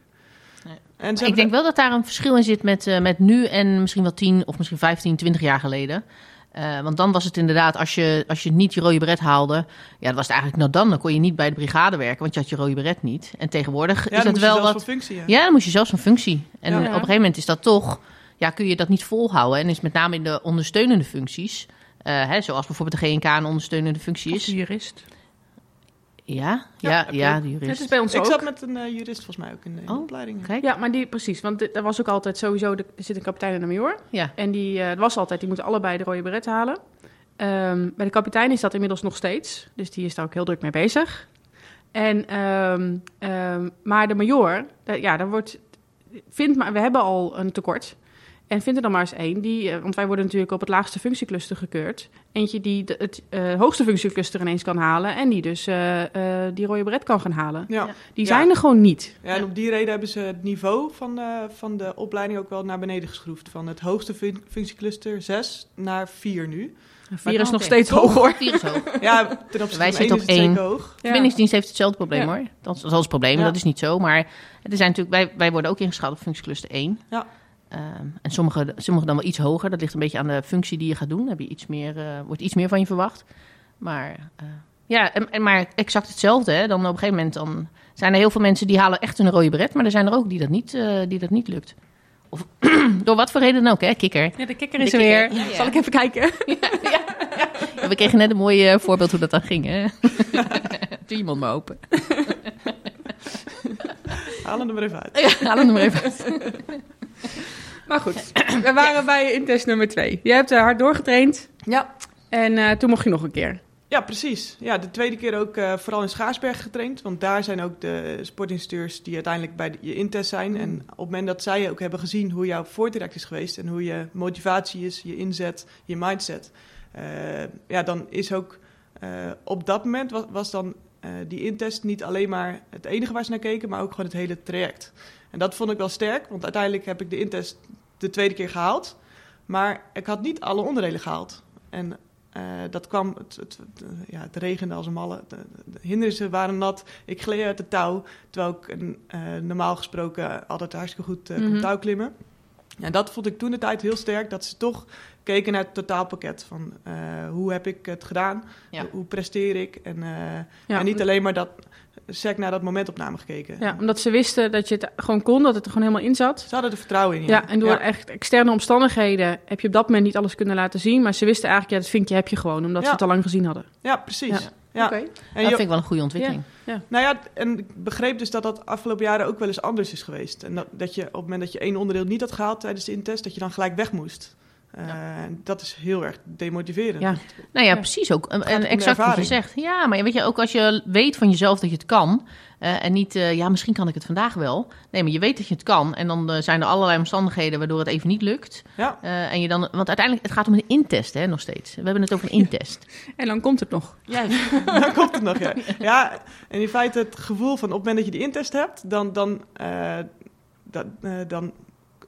[SPEAKER 2] Nee.
[SPEAKER 3] En
[SPEAKER 2] Ik
[SPEAKER 3] ze
[SPEAKER 2] denk
[SPEAKER 3] hebben-
[SPEAKER 2] wel dat daar een verschil in zit met, eh, met nu en misschien wel 10 of misschien 15, 20 jaar geleden. Eh, want dan was het inderdaad, als je, als je niet je rode beret haalde, ja, dan was het eigenlijk nou dan. Dan kon je niet bij de brigade werken, want je had je rode beret niet. En tegenwoordig
[SPEAKER 3] ja,
[SPEAKER 2] is
[SPEAKER 3] dan
[SPEAKER 2] dat
[SPEAKER 3] moet je
[SPEAKER 2] wel
[SPEAKER 3] zelfs
[SPEAKER 2] wat.
[SPEAKER 3] van functie. Ja.
[SPEAKER 2] Ja, dan moest je zelfs een functie. En
[SPEAKER 3] Ja.
[SPEAKER 2] op een gegeven moment is dat toch, ja, kun je dat niet volhouden. En is met name in de ondersteunende functies, eh, hè, zoals bijvoorbeeld de GNK een ondersteunende functie
[SPEAKER 1] Of de
[SPEAKER 2] is.
[SPEAKER 1] jurist.
[SPEAKER 2] Ja,
[SPEAKER 3] Ja,
[SPEAKER 2] ja,
[SPEAKER 3] heb je
[SPEAKER 2] ja,
[SPEAKER 3] ook.
[SPEAKER 2] de
[SPEAKER 1] Dat
[SPEAKER 2] jurist.
[SPEAKER 1] is bij ons
[SPEAKER 3] Ik
[SPEAKER 1] ook.
[SPEAKER 3] zat met een eh, jurist volgens mij ook in de, in de
[SPEAKER 2] Oh,
[SPEAKER 3] opleiding.
[SPEAKER 2] Kijk,
[SPEAKER 1] Ja, maar die, precies. Want dit- er was ook altijd sowieso, de- er zit een kapitein en een major.
[SPEAKER 2] Ja.
[SPEAKER 1] En die eh, er was altijd, die moeten allebei de rode beret halen. Ehm, bij de kapitein is dat inmiddels nog steeds. Dus die is daar ook heel druk mee bezig. En, ehm, ehm, maar de major, da- ja, dan wordt, vindt maar, we hebben al een tekort. En vind er dan maar eens één, die, eh, want wij worden natuurlijk op het laagste functiecluster gekeurd. Eentje die de- het eh, hoogste functiecluster ineens kan halen en die dus eh, eh, die rode beret kan gaan halen.
[SPEAKER 3] Ja.
[SPEAKER 1] Die
[SPEAKER 3] Ja.
[SPEAKER 1] zijn er gewoon niet.
[SPEAKER 3] Ja, en op die reden hebben ze het niveau van, eh, van de opleiding ook wel naar beneden geschroefd. Van het hoogste fun- functiecluster 6 naar 4 nu.
[SPEAKER 1] Vier is
[SPEAKER 2] Oh,
[SPEAKER 1] nog
[SPEAKER 2] oké.
[SPEAKER 1] steeds hoog hoor.
[SPEAKER 2] Vier is hoog.
[SPEAKER 3] Ja, ten opzichte
[SPEAKER 2] Wij
[SPEAKER 3] van
[SPEAKER 2] zitten
[SPEAKER 3] één
[SPEAKER 2] op
[SPEAKER 3] is het
[SPEAKER 2] één.
[SPEAKER 3] zeker hoog.
[SPEAKER 1] Ja.
[SPEAKER 2] Verbindingsdienst heeft hetzelfde probleem
[SPEAKER 1] Ja.
[SPEAKER 2] hoor. Dat is, dat is het probleem,
[SPEAKER 3] Ja.
[SPEAKER 2] dat is niet zo. Maar er zijn natuurlijk, wij, wij worden ook ingeschat op functiecluster 1.
[SPEAKER 3] Ja.
[SPEAKER 2] Ehm, en sommige, sommige dan wel iets hoger. Dat ligt een beetje aan de functie die je gaat doen. Dan Heb je iets meer, eh, wordt iets meer van je verwacht. Maar, eh, ja, en, en maar exact hetzelfde. Hè. Dan op een gegeven moment dan zijn er heel veel mensen die halen echt een rode bret. Maar er zijn er ook die dat niet, eh, die dat niet lukt. Of door wat voor reden dan ook, hè? Kikker.
[SPEAKER 1] Ja, de kikker
[SPEAKER 2] De
[SPEAKER 1] is er
[SPEAKER 2] kikker,
[SPEAKER 1] weer.
[SPEAKER 2] ja, ja.
[SPEAKER 1] Zal ik even kijken?
[SPEAKER 2] Ja, we kregen net een mooi eh, voorbeeld hoe dat dan ging. Hè? Doe iemand maar open.
[SPEAKER 3] Haal hem er maar even uit.
[SPEAKER 2] Haal hem er maar even uit.
[SPEAKER 1] Maar goed, we waren bij intest nummer twee. Je hebt eh, hard doorgetraind
[SPEAKER 3] Ja.
[SPEAKER 1] en eh, toen mocht je nog een keer.
[SPEAKER 3] Ja, precies. Ja, de tweede keer ook eh, vooral in Schaarsberg getraind. Want daar zijn ook de sportinstructeurs die uiteindelijk bij de- je intest zijn.
[SPEAKER 2] Hmm.
[SPEAKER 3] En op het moment dat zij ook hebben gezien hoe jouw voortraject is geweest... en hoe je motivatie is, je inzet, je mindset... eh, ja, dan is ook eh, op dat moment was, was dan eh, die intest niet alleen maar het enige waar ze naar keken... maar ook gewoon het hele traject. En dat vond ik wel sterk, want uiteindelijk heb ik de intest de tweede keer gehaald. Maar ik had niet alle onderdelen gehaald. En eh, dat kwam, het, het, het, ja, het regende als een malle. De, de hindernissen waren nat. Ik gleed uit het touw. Terwijl ik een, eh, normaal gesproken altijd hartstikke goed eh,
[SPEAKER 1] Mhm.
[SPEAKER 3] kon touwklimmen. En dat vond ik toen de tijd heel sterk. Dat ze toch keken naar het totaalpakket. Van eh, hoe heb ik het gedaan?
[SPEAKER 2] Ja.
[SPEAKER 3] Hoe presteer ik? En, eh,
[SPEAKER 1] Ja,
[SPEAKER 3] en niet alleen maar dat sec naar dat momentopname gekeken.
[SPEAKER 1] ja, omdat ze wisten dat je het gewoon kon, dat het er gewoon helemaal in zat.
[SPEAKER 3] Ze hadden er vertrouwen in.
[SPEAKER 1] Ja, en door echt externe omstandigheden heb je op dat moment niet alles kunnen laten zien. Maar ze wisten eigenlijk, ja, dat vinkje heb je gewoon, omdat
[SPEAKER 3] Ja.
[SPEAKER 1] ze het al lang gezien hadden.
[SPEAKER 3] Ja, precies.
[SPEAKER 1] Ja.
[SPEAKER 3] Ja.
[SPEAKER 1] Oké.
[SPEAKER 3] En
[SPEAKER 2] dat
[SPEAKER 3] je-
[SPEAKER 2] vind ik wel een goede ontwikkeling.
[SPEAKER 3] Nou ja, en ik begreep dus dat dat afgelopen jaren ook wel eens anders is geweest. En dat, dat je op het moment dat je één onderdeel niet had gehaald tijdens de intest, dat je dan gelijk weg moest. Eh, en Dat is heel erg demotiverend.
[SPEAKER 1] Ja.
[SPEAKER 2] Nou ja,
[SPEAKER 1] Ja.
[SPEAKER 2] precies ook. En- En
[SPEAKER 3] om de
[SPEAKER 2] exact wat je
[SPEAKER 3] ervaring.
[SPEAKER 2] zegt. Ja, maar weet je, ook als je weet van jezelf dat je het kan. eh, en niet, eh, ja, misschien kan ik het vandaag wel. Nee, maar je weet dat je het kan. En dan eh, zijn er allerlei omstandigheden waardoor het even niet lukt.
[SPEAKER 3] Ja.
[SPEAKER 2] Eh, en je dan, want uiteindelijk, het gaat om een intest, hè, nog steeds. We hebben het over een intest.
[SPEAKER 1] En dan komt het nog.
[SPEAKER 2] Juist.
[SPEAKER 3] Daar komt het nog, ja. Ja, en in feite het gevoel van op het moment dat je die intest hebt, dan, dan, eh, dat, eh, dan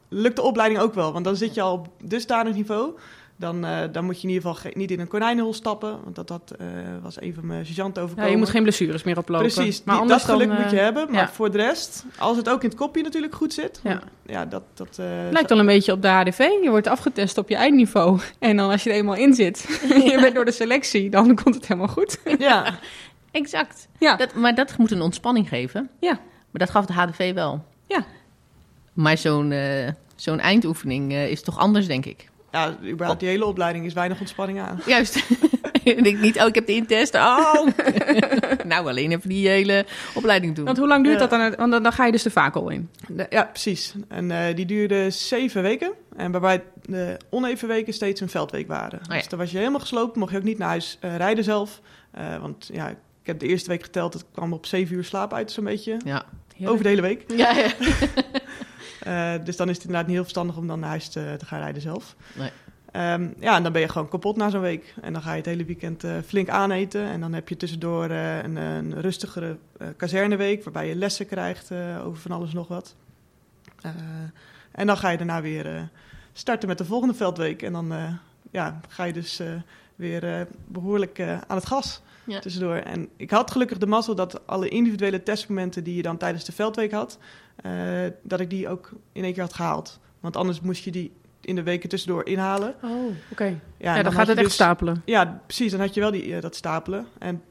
[SPEAKER 3] lukt de opleiding ook wel. Want dan zit je al op dusdanig niveau. Dan, eh, dan moet je in ieder geval ge- niet in een konijnenhol stappen. Want dat, dat eh, was een van mijn sergeanten
[SPEAKER 1] Ja,
[SPEAKER 3] overkomen.
[SPEAKER 1] je moet geen blessures meer oplopen.
[SPEAKER 3] Precies,
[SPEAKER 1] maar
[SPEAKER 3] die-
[SPEAKER 1] anders
[SPEAKER 3] dat geluk
[SPEAKER 1] dan, eh,
[SPEAKER 3] moet je hebben. Maar
[SPEAKER 1] ja.
[SPEAKER 3] voor de rest, als het ook in het kopje natuurlijk goed zit.
[SPEAKER 1] Ja.
[SPEAKER 3] want- ja dat, dat eh,
[SPEAKER 1] Het lijkt al een beetje op de HDV. Je wordt afgetest op je eindniveau. En dan als je er eenmaal in zit, je bent door de selectie, dan komt het helemaal goed.
[SPEAKER 3] Ja,
[SPEAKER 2] Exact.
[SPEAKER 1] Ja.
[SPEAKER 2] Dat, maar dat moet een ontspanning geven.
[SPEAKER 1] Ja.
[SPEAKER 2] Maar dat gaf de HDV wel.
[SPEAKER 1] Ja.
[SPEAKER 2] Maar zo'n eh, zo'n eindoefening eh, is toch anders, denk ik.
[SPEAKER 3] ja, überhaupt die hele opleiding is weinig ontspanning aan.
[SPEAKER 2] Juist. ik denk niet, oh, ik heb de intest. Oh. nou, alleen even die hele opleiding doen.
[SPEAKER 1] Want hoe lang duurt
[SPEAKER 3] Ja.
[SPEAKER 1] dat dan? Want dan, dan ga je dus de vakel in.
[SPEAKER 3] De- Ja, precies. En eh, die duurde zeven weken. En waarbij de oneven weken steeds een veldweek waren.
[SPEAKER 2] Oh ja.
[SPEAKER 3] Dus dan was je helemaal gesloopt, mocht je ook niet naar huis eh, rijden zelf. Eh, want ja, ik heb de eerste week geteld, het kwam op zeven uur slaap uit zo'n beetje.
[SPEAKER 2] Ja.
[SPEAKER 3] Over de hele week.
[SPEAKER 2] Ja, ja.
[SPEAKER 3] Eh, dus dan is het inderdaad niet heel verstandig om dan naar huis te, te gaan rijden zelf.
[SPEAKER 2] Nee.
[SPEAKER 3] Ehm, ja, en dan ben je gewoon kapot na zo'n week. En dan ga je het hele weekend eh, flink aaneten. En dan heb je tussendoor eh, een, een rustigere eh, kazerneweek, waarbij je lessen krijgt eh, over van alles en nog wat. Eh, en dan ga je daarna weer eh, starten met de volgende veldweek. En dan eh, ja, ga je dus eh, weer eh, behoorlijk eh, aan het gas
[SPEAKER 2] Ja.
[SPEAKER 3] tussendoor. En ik had gelukkig de mazzel dat alle individuele testmomenten die je dan tijdens de veldweek had, eh, dat ik die ook in één keer had gehaald. Want anders moest je die in de weken tussendoor inhalen.
[SPEAKER 1] Oh, oké.
[SPEAKER 3] en
[SPEAKER 1] Ja, dan,
[SPEAKER 3] had
[SPEAKER 1] gaat
[SPEAKER 3] je
[SPEAKER 1] het echt
[SPEAKER 3] dus-
[SPEAKER 1] stapelen.
[SPEAKER 3] Ja, precies. Dan had je wel die, eh, dat stapelen. En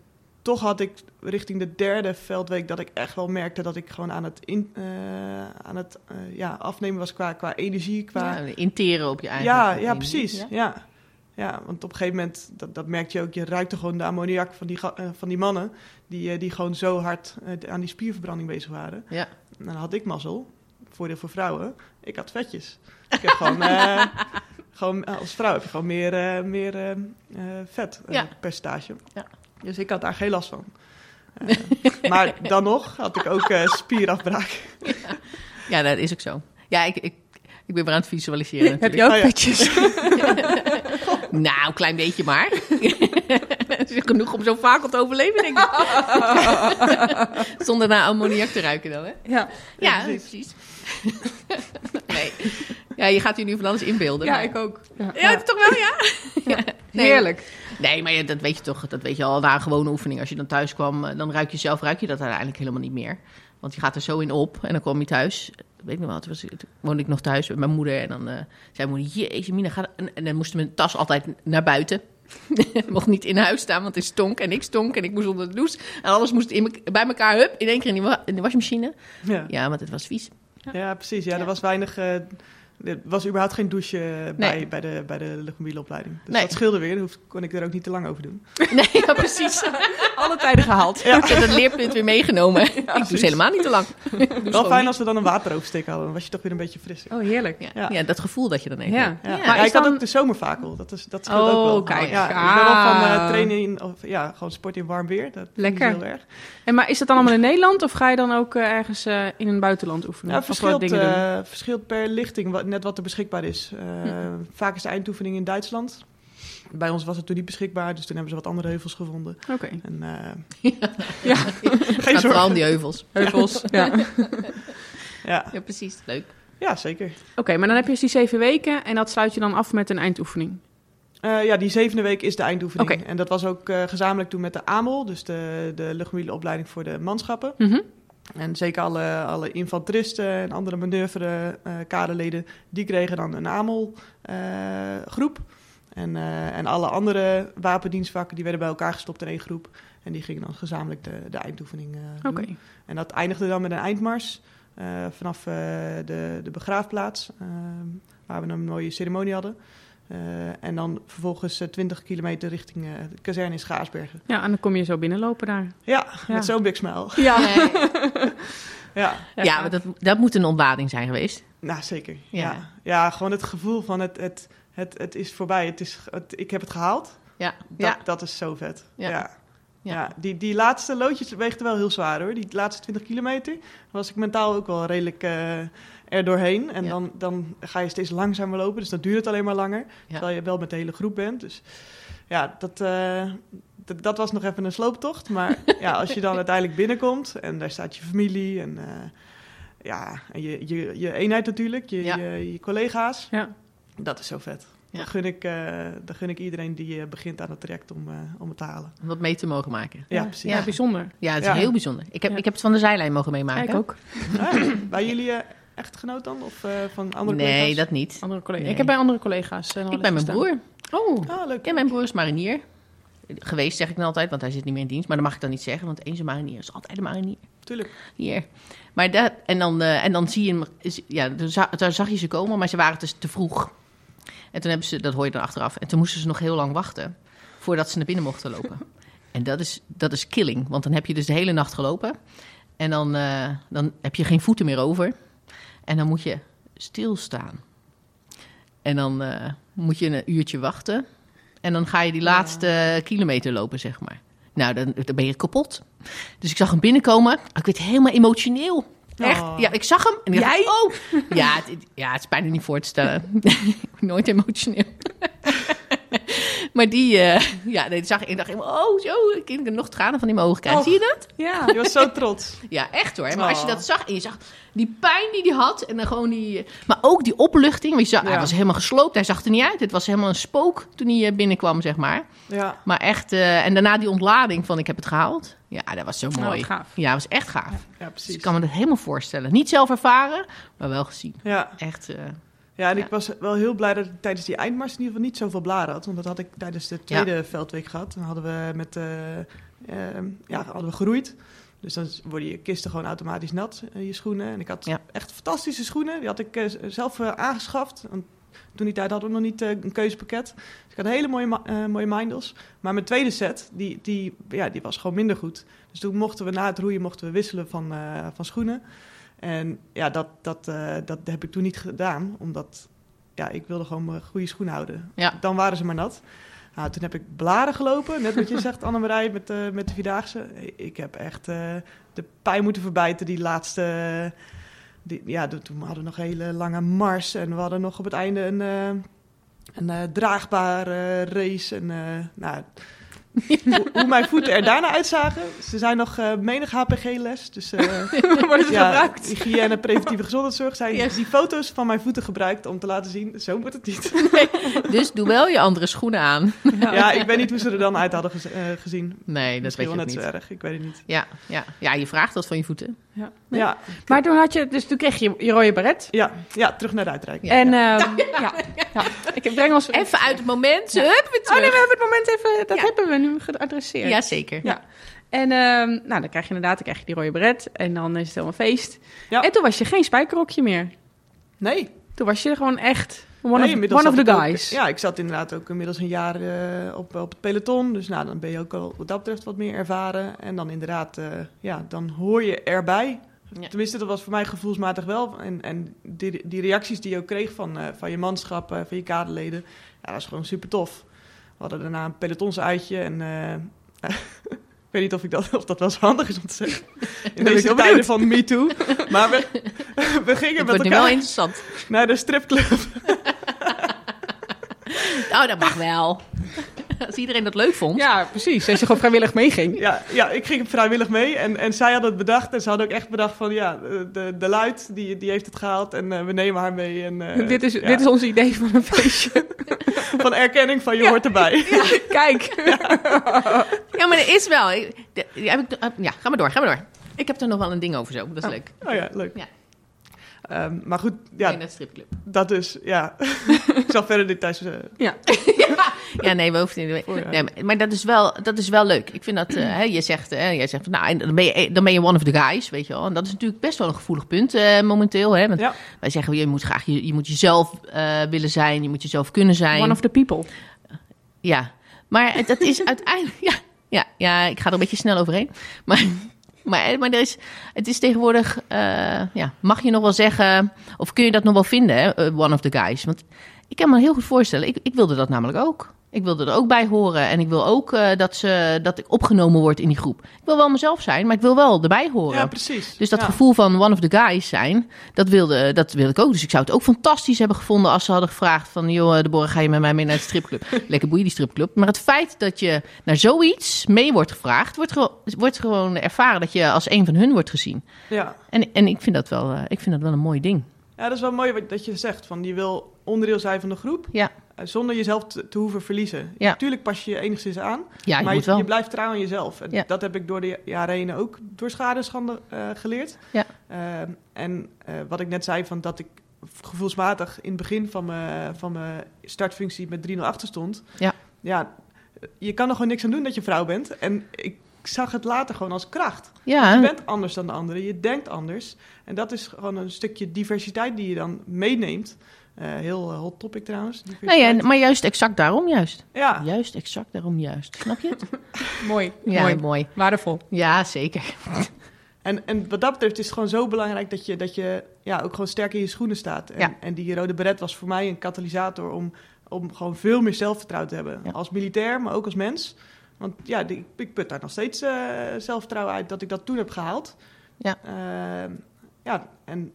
[SPEAKER 3] toch had ik richting de derde veldweek dat ik echt wel merkte dat ik gewoon aan het, in, eh, aan het eh, ja, afnemen was qua, qua energie, qua...
[SPEAKER 2] Ja, interen op je eigen.
[SPEAKER 3] Ja, ja,
[SPEAKER 2] energie.
[SPEAKER 3] precies.
[SPEAKER 2] Ja.
[SPEAKER 3] Ja. Ja. want op een gegeven moment, dat, dat merkte je ook, je ruikte gewoon de ammoniak van die, ga- eh, van die mannen. Die, eh, die gewoon zo hard eh, aan die spierverbranding bezig waren.
[SPEAKER 2] Ja.
[SPEAKER 3] En dan had ik mazzel, voordeel voor vrouwen, ik had vetjes. Ik heb gewoon, eh, gewoon eh, als vrouw heb je gewoon meer, eh, meer eh, eh, vet eh,
[SPEAKER 2] Ja.
[SPEAKER 3] percentage.
[SPEAKER 2] Ja.
[SPEAKER 3] Dus ik had daar geen last van. Eh, maar dan nog had ik ook eh, spierafbraak.
[SPEAKER 2] Ja, dat is ook zo. Ja, ik, ik, ik ben weer aan het visualiseren.
[SPEAKER 1] Heb
[SPEAKER 2] natuurlijk.
[SPEAKER 1] je ook
[SPEAKER 3] Oh ja.
[SPEAKER 1] petjes?
[SPEAKER 2] Nou, een klein beetje maar. Het is genoeg om zo vaak te overleven, denk ik. Zonder naar ammoniak te ruiken dan, hè?
[SPEAKER 1] ja.
[SPEAKER 2] Ja,
[SPEAKER 3] Ja,
[SPEAKER 2] precies. nee. Ja, je gaat hier nu van alles inbeelden. maar-
[SPEAKER 1] ook. Ja.
[SPEAKER 2] Ja, het is toch wel, ja? Nee.
[SPEAKER 1] Heerlijk.
[SPEAKER 2] Nee, maar ja, dat weet je toch, dat weet je al na een gewone oefening. Als je dan thuis kwam, eh, dan ruik je zelf, ruik je dat uiteindelijk helemaal niet meer. Want je gaat er zo in op en dan kwam je thuis. Ik Weet ik nog wel, toen, was, ik- toen woonde ik nog thuis met mijn moeder. En dan eh, zei mijn moeder, jezus Mina, ga... En, en dan moest mijn tas altijd naar buiten. mocht niet in huis staan, want het stonk en ik stonk en ik moest onder de douche. En alles moest in me- bij elkaar, hup, in één keer in die, wa- in de wasmachine.
[SPEAKER 3] Ja.
[SPEAKER 2] Ja, want het was vies.
[SPEAKER 3] Ja, precies. Ja,
[SPEAKER 2] Ja.
[SPEAKER 3] er was weinig. eh, er was überhaupt geen douche eh,
[SPEAKER 2] Nee.
[SPEAKER 3] bij, bij de, bij de luchtmobiele opleiding. Dus
[SPEAKER 2] Nee.
[SPEAKER 3] dat scheelde weer. Hoef, kon ik er ook niet te lang over doen.
[SPEAKER 2] Nee, ja, precies.
[SPEAKER 1] Alle tijden gehaald.
[SPEAKER 2] Ja. Ik heb dat leerpunt weer meegenomen. ik doe
[SPEAKER 3] precies.
[SPEAKER 2] ze helemaal niet te lang.
[SPEAKER 3] Wel fijn als we dan een wateroversteek hadden. Dan was je toch weer een beetje frisser.
[SPEAKER 1] Oh, heerlijk. Ja.
[SPEAKER 2] Ja.
[SPEAKER 3] Ja.
[SPEAKER 2] ja, dat gevoel dat je dan even hebt.
[SPEAKER 1] Ja.
[SPEAKER 3] Ja.
[SPEAKER 1] Ja,
[SPEAKER 3] maar
[SPEAKER 1] is
[SPEAKER 3] ik had
[SPEAKER 1] dan-
[SPEAKER 3] ook de zomervakel. Dat, is, dat scheelt
[SPEAKER 1] Oh,
[SPEAKER 3] ook wel.
[SPEAKER 1] kijk.
[SPEAKER 3] ja, Ik ben wel van eh,
[SPEAKER 1] Ah.
[SPEAKER 3] trainen in, of, ja, gewoon sport in warm weer. Dat is
[SPEAKER 1] Lekker.
[SPEAKER 3] heel erg.
[SPEAKER 1] En, maar is dat dan allemaal in Nederland of ga je dan ook eh, ergens eh, in een buitenland oefenen?
[SPEAKER 3] Ja,
[SPEAKER 1] Of wat
[SPEAKER 3] verschilt,
[SPEAKER 1] dingen doen? Hm.
[SPEAKER 3] eh, verschilt per lichting, wat, net wat er beschikbaar is. Eh, Vaak is de eindoefening in Duitsland. Bij ons was het toen niet beschikbaar, dus toen hebben ze wat andere heuvels gevonden.
[SPEAKER 1] Oké.
[SPEAKER 3] En, eh,
[SPEAKER 1] Ja,
[SPEAKER 2] Gaat
[SPEAKER 3] geen
[SPEAKER 2] vooral om
[SPEAKER 3] zorgen.
[SPEAKER 2] die heuvels.
[SPEAKER 1] heuvels. Ja. Oké,
[SPEAKER 3] Ja.
[SPEAKER 2] Ja, precies. Leuk.
[SPEAKER 3] ja, zeker.
[SPEAKER 1] maar dan heb je dus die zeven weken en dat sluit je dan af met een eindoefening.
[SPEAKER 3] Eh, ja, die zevende week is de eindoefening.
[SPEAKER 1] Oké.
[SPEAKER 3] En dat was ook eh, gezamenlijk toen met de AMOL, dus de, de luchtmobiele opleiding voor de manschappen.
[SPEAKER 1] Mhm.
[SPEAKER 3] En zeker alle, alle infanteristen en andere manoeuvre eh, kaderleden, die kregen dan een AMOL-groep. en, eh, en alle andere wapendienstvakken, die werden bij elkaar gestopt in één groep. En die gingen dan gezamenlijk de, de eindoefening eh, doen.
[SPEAKER 1] Oké.
[SPEAKER 3] En dat eindigde dan met een eindmars eh, vanaf eh, de, de begraafplaats, eh, waar we een mooie ceremonie hadden. Eh, en dan vervolgens eh, 20 kilometer richting eh, de kazerne in Schaarsbergen.
[SPEAKER 1] Ja, en dan kom je zo binnenlopen daar.
[SPEAKER 3] Ja,
[SPEAKER 1] Ja.
[SPEAKER 3] met zo'n big smile.
[SPEAKER 1] Ja.
[SPEAKER 3] Ja,
[SPEAKER 2] Ja, maar dat, dat moet een ontlading zijn geweest.
[SPEAKER 3] nou zeker.
[SPEAKER 2] Ja.
[SPEAKER 3] Ja. Ja. gewoon het gevoel van het, het, Het, het is voorbij. Het is, het- ik heb het gehaald.
[SPEAKER 2] Ja.
[SPEAKER 3] Dat,
[SPEAKER 1] Ja.
[SPEAKER 3] dat is zo vet.
[SPEAKER 2] Ja.
[SPEAKER 3] Ja. Ja.
[SPEAKER 2] Ja.
[SPEAKER 3] die, die laatste loodjes weegden wel heel zwaar hoor. Die laatste 20 kilometer Daar was ik mentaal ook wel redelijk eh, er doorheen. En
[SPEAKER 2] Ja.
[SPEAKER 3] dan, dan ga je steeds langzamer lopen, dus dan duurt het alleen maar langer. Terwijl je wel met de hele groep bent. Dus ja, dat, eh, dat, dat was nog even een slooptocht. Maar ja, als je dan uiteindelijk binnenkomt en daar staat je familie en, eh, ja, en je, je, je eenheid natuurlijk, je,
[SPEAKER 2] Ja.
[SPEAKER 3] je, je collega's.
[SPEAKER 1] Ja.
[SPEAKER 3] Dat is zo vet.
[SPEAKER 2] Ja.
[SPEAKER 3] Dat, gun ik, eh, dat gun ik iedereen die eh, begint aan het traject om, eh, om het te halen.
[SPEAKER 2] Om dat mee te mogen maken.
[SPEAKER 3] Ja,
[SPEAKER 1] Ja.
[SPEAKER 3] precies.
[SPEAKER 1] Ja, bijzonder.
[SPEAKER 2] Ja, het is
[SPEAKER 3] Ja.
[SPEAKER 2] heel bijzonder. Ik heb,
[SPEAKER 1] Ja.
[SPEAKER 2] ik heb het van de zijlijn mogen meemaken.
[SPEAKER 1] Kijk ook.
[SPEAKER 3] Ah, bij jullie eh, echtgenoot dan? Of eh, van andere
[SPEAKER 2] nee,
[SPEAKER 3] collega's?
[SPEAKER 2] dat niet.
[SPEAKER 1] Andere collega.
[SPEAKER 2] Nee.
[SPEAKER 1] Ik heb bij andere collega's. eh, nog
[SPEAKER 2] Ik
[SPEAKER 1] wel
[SPEAKER 2] ben
[SPEAKER 1] eens
[SPEAKER 2] mijn broer.
[SPEAKER 1] gestaan. Oh,
[SPEAKER 3] Ah, leuk.
[SPEAKER 2] Ja, mijn broer is marinier. Geweest, zeg ik dan altijd, want hij zit niet meer in dienst. Maar dat mag ik dan niet zeggen, want eens een marinier is altijd een marinier.
[SPEAKER 3] Tuurlijk.
[SPEAKER 2] Hier. Maar dat, en, dan, eh, en dan zie je hem, is- ja, dan za- daar zag je ze komen, maar ze waren dus te vroeg. En toen hebben ze, dat hoor je dan achteraf, en toen moesten ze nog heel lang wachten voordat ze naar binnen mochten lopen. En dat is, dat is killing, want dan heb je dus de hele nacht gelopen. En dan, eh, dan heb je geen voeten meer over. En dan moet je stilstaan. En dan eh, moet je een uurtje wachten. En dan ga je die laatste kilometer lopen, zeg maar. Nou, dan, dan ben je kapot. Dus ik zag hem binnenkomen. Ik werd helemaal emotioneel. Echt?
[SPEAKER 3] Oh.
[SPEAKER 2] Ja, ik zag hem. En ik dacht, oh! Ja het, ja, het is bijna niet voor te stellen. ik word nooit emotioneel. maar die, eh, ja, nee, dat zag ik. Ik dacht, helemaal, oh, zo. Ik heb nog tranen van in mijn ogen krijgen.
[SPEAKER 3] Oh.
[SPEAKER 2] Zie je dat?
[SPEAKER 1] ja. Nou,
[SPEAKER 3] Je was zo trots.
[SPEAKER 2] Ja, echt hoor. Maar als je
[SPEAKER 3] Oh.
[SPEAKER 2] dat zag en je zag die pijn die hij had en dan gewoon die... Maar ook die opluchting. Want je zag, hij
[SPEAKER 3] Ja.
[SPEAKER 2] was helemaal gesloopt. Hij zag er niet uit. Het was helemaal een spook toen hij eh, binnenkwam, zeg maar.
[SPEAKER 3] Ja.
[SPEAKER 2] Maar echt... eh, en daarna die ontlading van ik heb het gehaald. Ja, dat was zo
[SPEAKER 1] Nou,
[SPEAKER 2] mooi.
[SPEAKER 1] wat gaaf.
[SPEAKER 2] Ja, dat was echt gaaf.
[SPEAKER 3] Oh, ja,
[SPEAKER 2] dus
[SPEAKER 3] precies.
[SPEAKER 2] ik kan me dat helemaal voorstellen. Niet zelf ervaren, maar wel gezien.
[SPEAKER 3] Ja.
[SPEAKER 2] Echt... eh,
[SPEAKER 3] Ja, en
[SPEAKER 2] Ja.
[SPEAKER 3] ik was wel heel blij dat ik tijdens die eindmars in ieder geval niet zoveel blaren had. Want dat had ik tijdens de tweede veldweek gehad. Dan hadden we, met, eh, ehm, ja, hadden we geroeid. Dus dan worden je kisten gewoon automatisch nat, eh, je schoenen. En ik had
[SPEAKER 2] Ja.
[SPEAKER 3] echt fantastische schoenen. Die had ik eh, z- zelf eh, aangeschaft. Want toen die tijd hadden we nog niet eh, een keuzepakket. Dus ik had hele mooie, ma- eh, mooie Mindels. Maar mijn tweede set, die, die, ja, die was gewoon minder goed. Dus toen mochten we na het roeien mochten we wisselen van, eh, van schoenen. En ja, dat, dat, eh, dat heb ik toen niet gedaan, omdat ja, ik wilde gewoon mijn goede schoen houden.
[SPEAKER 2] Ja.
[SPEAKER 3] Dan waren ze maar nat. Nou, toen heb ik blaren gelopen, net wat je zegt, Annemarij, met, eh met de Vierdaagse. Ik heb echt eh, de pijn moeten verbijten, die laatste... die, ja, toen- toen hadden we nog een hele lange mars en we hadden nog op het einde een, eh, een eh, draagbare race. En, eh, nou, hoe, hoe mijn voeten er daarna uitzagen. Ze zijn nog eh, menig HPG-les, dus... eh,
[SPEAKER 1] Worden ze
[SPEAKER 3] ja,
[SPEAKER 1] gebruikt?
[SPEAKER 3] Hygiëne, preventieve gezondheidszorg zijn
[SPEAKER 2] Yes.
[SPEAKER 3] die foto's van mijn voeten gebruikt om te laten zien, zo moet het niet.
[SPEAKER 2] dus doe wel je andere schoenen aan.
[SPEAKER 3] Ja, ik weet niet hoe ze er dan uit hadden gez- eh, gezien.
[SPEAKER 2] Nee, dat
[SPEAKER 3] Misschien wel
[SPEAKER 2] weet
[SPEAKER 3] net
[SPEAKER 2] je
[SPEAKER 3] zo
[SPEAKER 2] ook niet.
[SPEAKER 3] erg, ik weet het niet.
[SPEAKER 2] Ja, ja. ja, je vraagt dat van je voeten. Nee.
[SPEAKER 3] Ja,
[SPEAKER 1] Maar toen had je, dus toen kreeg je je rode baret.
[SPEAKER 3] ja, ja, terug naar de uitreiking.
[SPEAKER 1] en ehm, ja. Ja. ik breng ons
[SPEAKER 2] Even uit het moment. Hup, weer
[SPEAKER 1] Oh nee,
[SPEAKER 2] terug.
[SPEAKER 1] we hebben het moment even, dat
[SPEAKER 2] Ja.
[SPEAKER 1] hebben we nu geadresseerd.
[SPEAKER 2] Jazeker.
[SPEAKER 1] Ja. En ehm, nou, dan krijg je inderdaad, dan krijg je die rode baret en dan is het helemaal feest.
[SPEAKER 3] Ja.
[SPEAKER 1] En toen was je geen spijkerrokje meer.
[SPEAKER 3] Nee,
[SPEAKER 1] Toen was je gewoon echt one
[SPEAKER 3] nee,
[SPEAKER 1] of,
[SPEAKER 3] inmiddels
[SPEAKER 1] one of
[SPEAKER 3] zat
[SPEAKER 1] the
[SPEAKER 3] ik ook-
[SPEAKER 1] guys.
[SPEAKER 3] ja, ik zat inderdaad ook inmiddels een jaar eh, op, op het peloton. Dus nou, dan ben je ook al wat dat betreft wat meer ervaren. En dan inderdaad, eh, ja, dan hoor je erbij.
[SPEAKER 2] Ja.
[SPEAKER 3] Tenminste, dat was voor mij gevoelsmatig wel. En, en die, die reacties die je ook kreeg van, eh, van je manschap, eh, van je kaderleden, ja, dat was gewoon super tof. We hadden daarna een pelotonsuitje en... eh, Ik weet niet of, ik dat, of dat wel zo handig is om te zeggen. In
[SPEAKER 1] ben ik
[SPEAKER 3] deze
[SPEAKER 1] heel
[SPEAKER 3] tijden van MeToo. Maar we, we
[SPEAKER 2] Het
[SPEAKER 3] gingen met
[SPEAKER 2] wordt nu wel
[SPEAKER 3] elkaar
[SPEAKER 2] interessant.
[SPEAKER 3] naar de stripclub.
[SPEAKER 2] Oh, dat mag wel. Als iedereen dat leuk vond.
[SPEAKER 1] Ja, precies. Als je gewoon vrijwillig meeging.
[SPEAKER 3] Ja, ja, ik ging vrijwillig mee en, en zij hadden het bedacht. En ze hadden ook echt bedacht van, ja, de, de luid, die, die heeft het gehaald en eh, we nemen haar mee. En, eh,
[SPEAKER 1] dit, is,
[SPEAKER 3] ja,
[SPEAKER 1] dit is ons idee van een feestje.
[SPEAKER 3] Van erkenning van, je
[SPEAKER 1] Ja.
[SPEAKER 3] hoort erbij.
[SPEAKER 1] Kijk.
[SPEAKER 2] Ja, maar er is wel. Ik- de- die heb ik, eh, ja, ga maar door, ga maar door. Ik heb er nog wel een ding over zo. Dat is leuk.
[SPEAKER 3] Oh ja, leuk.
[SPEAKER 2] Ja.
[SPEAKER 3] Ehm, maar goed,
[SPEAKER 2] Ja.
[SPEAKER 3] ja,
[SPEAKER 2] In het stripclub.
[SPEAKER 3] dat dus, ja. ik zal verder details... eh,
[SPEAKER 2] Ja, nee, we hoeven niet.
[SPEAKER 3] Voor, ja.
[SPEAKER 2] Nee, maar, maar dat, is wel, dat is wel leuk. Ik vind dat, eh, hè, je zegt, hè, jij zegt van, nou, en dan ben, je, dan ben je one of the guys, weet je wel. En dat is natuurlijk best wel een gevoelig punt eh, momenteel. Hè? Want
[SPEAKER 3] Ja.
[SPEAKER 2] wij zeggen, je moet graag, je, je moet jezelf eh, willen zijn, je moet jezelf kunnen zijn.
[SPEAKER 1] One of the people.
[SPEAKER 2] Ja, maar het- dat is uiteindelijk. Ja, ja, ja, ik ga er een beetje snel overheen. Maar, maar, maar er is, het is tegenwoordig. eh, ja, mag je nog wel zeggen. Of kun je dat nog wel vinden, hè, eh, one of the guys? Want Ik kan me heel goed voorstellen. Ik, ik wilde dat namelijk ook. Ik wilde er ook bij horen. En ik wil ook eh, dat, ze, dat ik opgenomen word in die groep. Ik wil wel mezelf zijn, maar ik wil wel erbij horen.
[SPEAKER 3] Ja, precies.
[SPEAKER 2] Dus dat
[SPEAKER 3] Ja.
[SPEAKER 2] gevoel van one of the guys zijn, dat wilde, dat wilde ik ook. Dus ik zou het ook fantastisch hebben gevonden als ze hadden gevraagd van... joh, eh, Deborah, ga je met mij mee naar de stripclub? Lekker boeien, die stripclub. Maar het feit dat je naar zoiets mee wordt gevraagd... wordt, gewo- wordt gewoon ervaren dat je als een van hun wordt gezien.
[SPEAKER 3] Ja.
[SPEAKER 2] En, en ik, vind dat wel, eh, ik vind dat wel een mooi ding.
[SPEAKER 3] ja, dat is wel mooi wat, dat je zegt. Van, je wil onderdeel zijn van de groep.
[SPEAKER 2] Ja.
[SPEAKER 3] eh, Zonder jezelf te, te hoeven verliezen.
[SPEAKER 2] Ja.
[SPEAKER 3] Tuurlijk pas je je enigszins aan.
[SPEAKER 2] Ja, je
[SPEAKER 3] maar
[SPEAKER 2] moet
[SPEAKER 3] je,
[SPEAKER 2] wel.
[SPEAKER 3] je blijft trouw aan jezelf. En
[SPEAKER 2] Ja.
[SPEAKER 3] dat heb ik door de jaren heen ook door schade en schande eh, geleerd.
[SPEAKER 2] Ja.
[SPEAKER 3] Ehm, en eh, wat ik net zei, van dat ik gevoelsmatig in het begin van mijn, van mijn startfunctie met 3-0 achter stond.
[SPEAKER 2] Ja.
[SPEAKER 3] ja, je kan er gewoon niks aan doen dat je vrouw bent. En ik zag het later gewoon als kracht. Je
[SPEAKER 2] Ja,
[SPEAKER 3] bent anders dan de anderen, je denkt anders. En dat is gewoon een stukje diversiteit die je dan meeneemt. Eh, heel eh, hot topic trouwens.
[SPEAKER 2] nee,
[SPEAKER 3] diversiteit.
[SPEAKER 2] en- maar juist exact daarom juist.
[SPEAKER 3] ja.
[SPEAKER 2] Juist exact daarom juist. Snap je het?
[SPEAKER 1] Mooi,
[SPEAKER 2] Ja,
[SPEAKER 1] mooi.
[SPEAKER 2] mooi.
[SPEAKER 1] Waardevol.
[SPEAKER 2] Ja, zeker.
[SPEAKER 3] En, en wat dat betreft is het gewoon zo belangrijk dat je, dat je ja, ook gewoon sterk in je schoenen staat. En,
[SPEAKER 2] Ja.
[SPEAKER 3] en die rode beret was voor mij een katalysator om, om gewoon veel meer zelfvertrouwen te hebben.
[SPEAKER 2] Ja.
[SPEAKER 3] Als militair, maar ook als mens. Want ja, die- ik put daar nog steeds eh, zelfvertrouwen uit dat ik dat toen heb gehaald.
[SPEAKER 2] Ja.
[SPEAKER 3] Eh, ja, en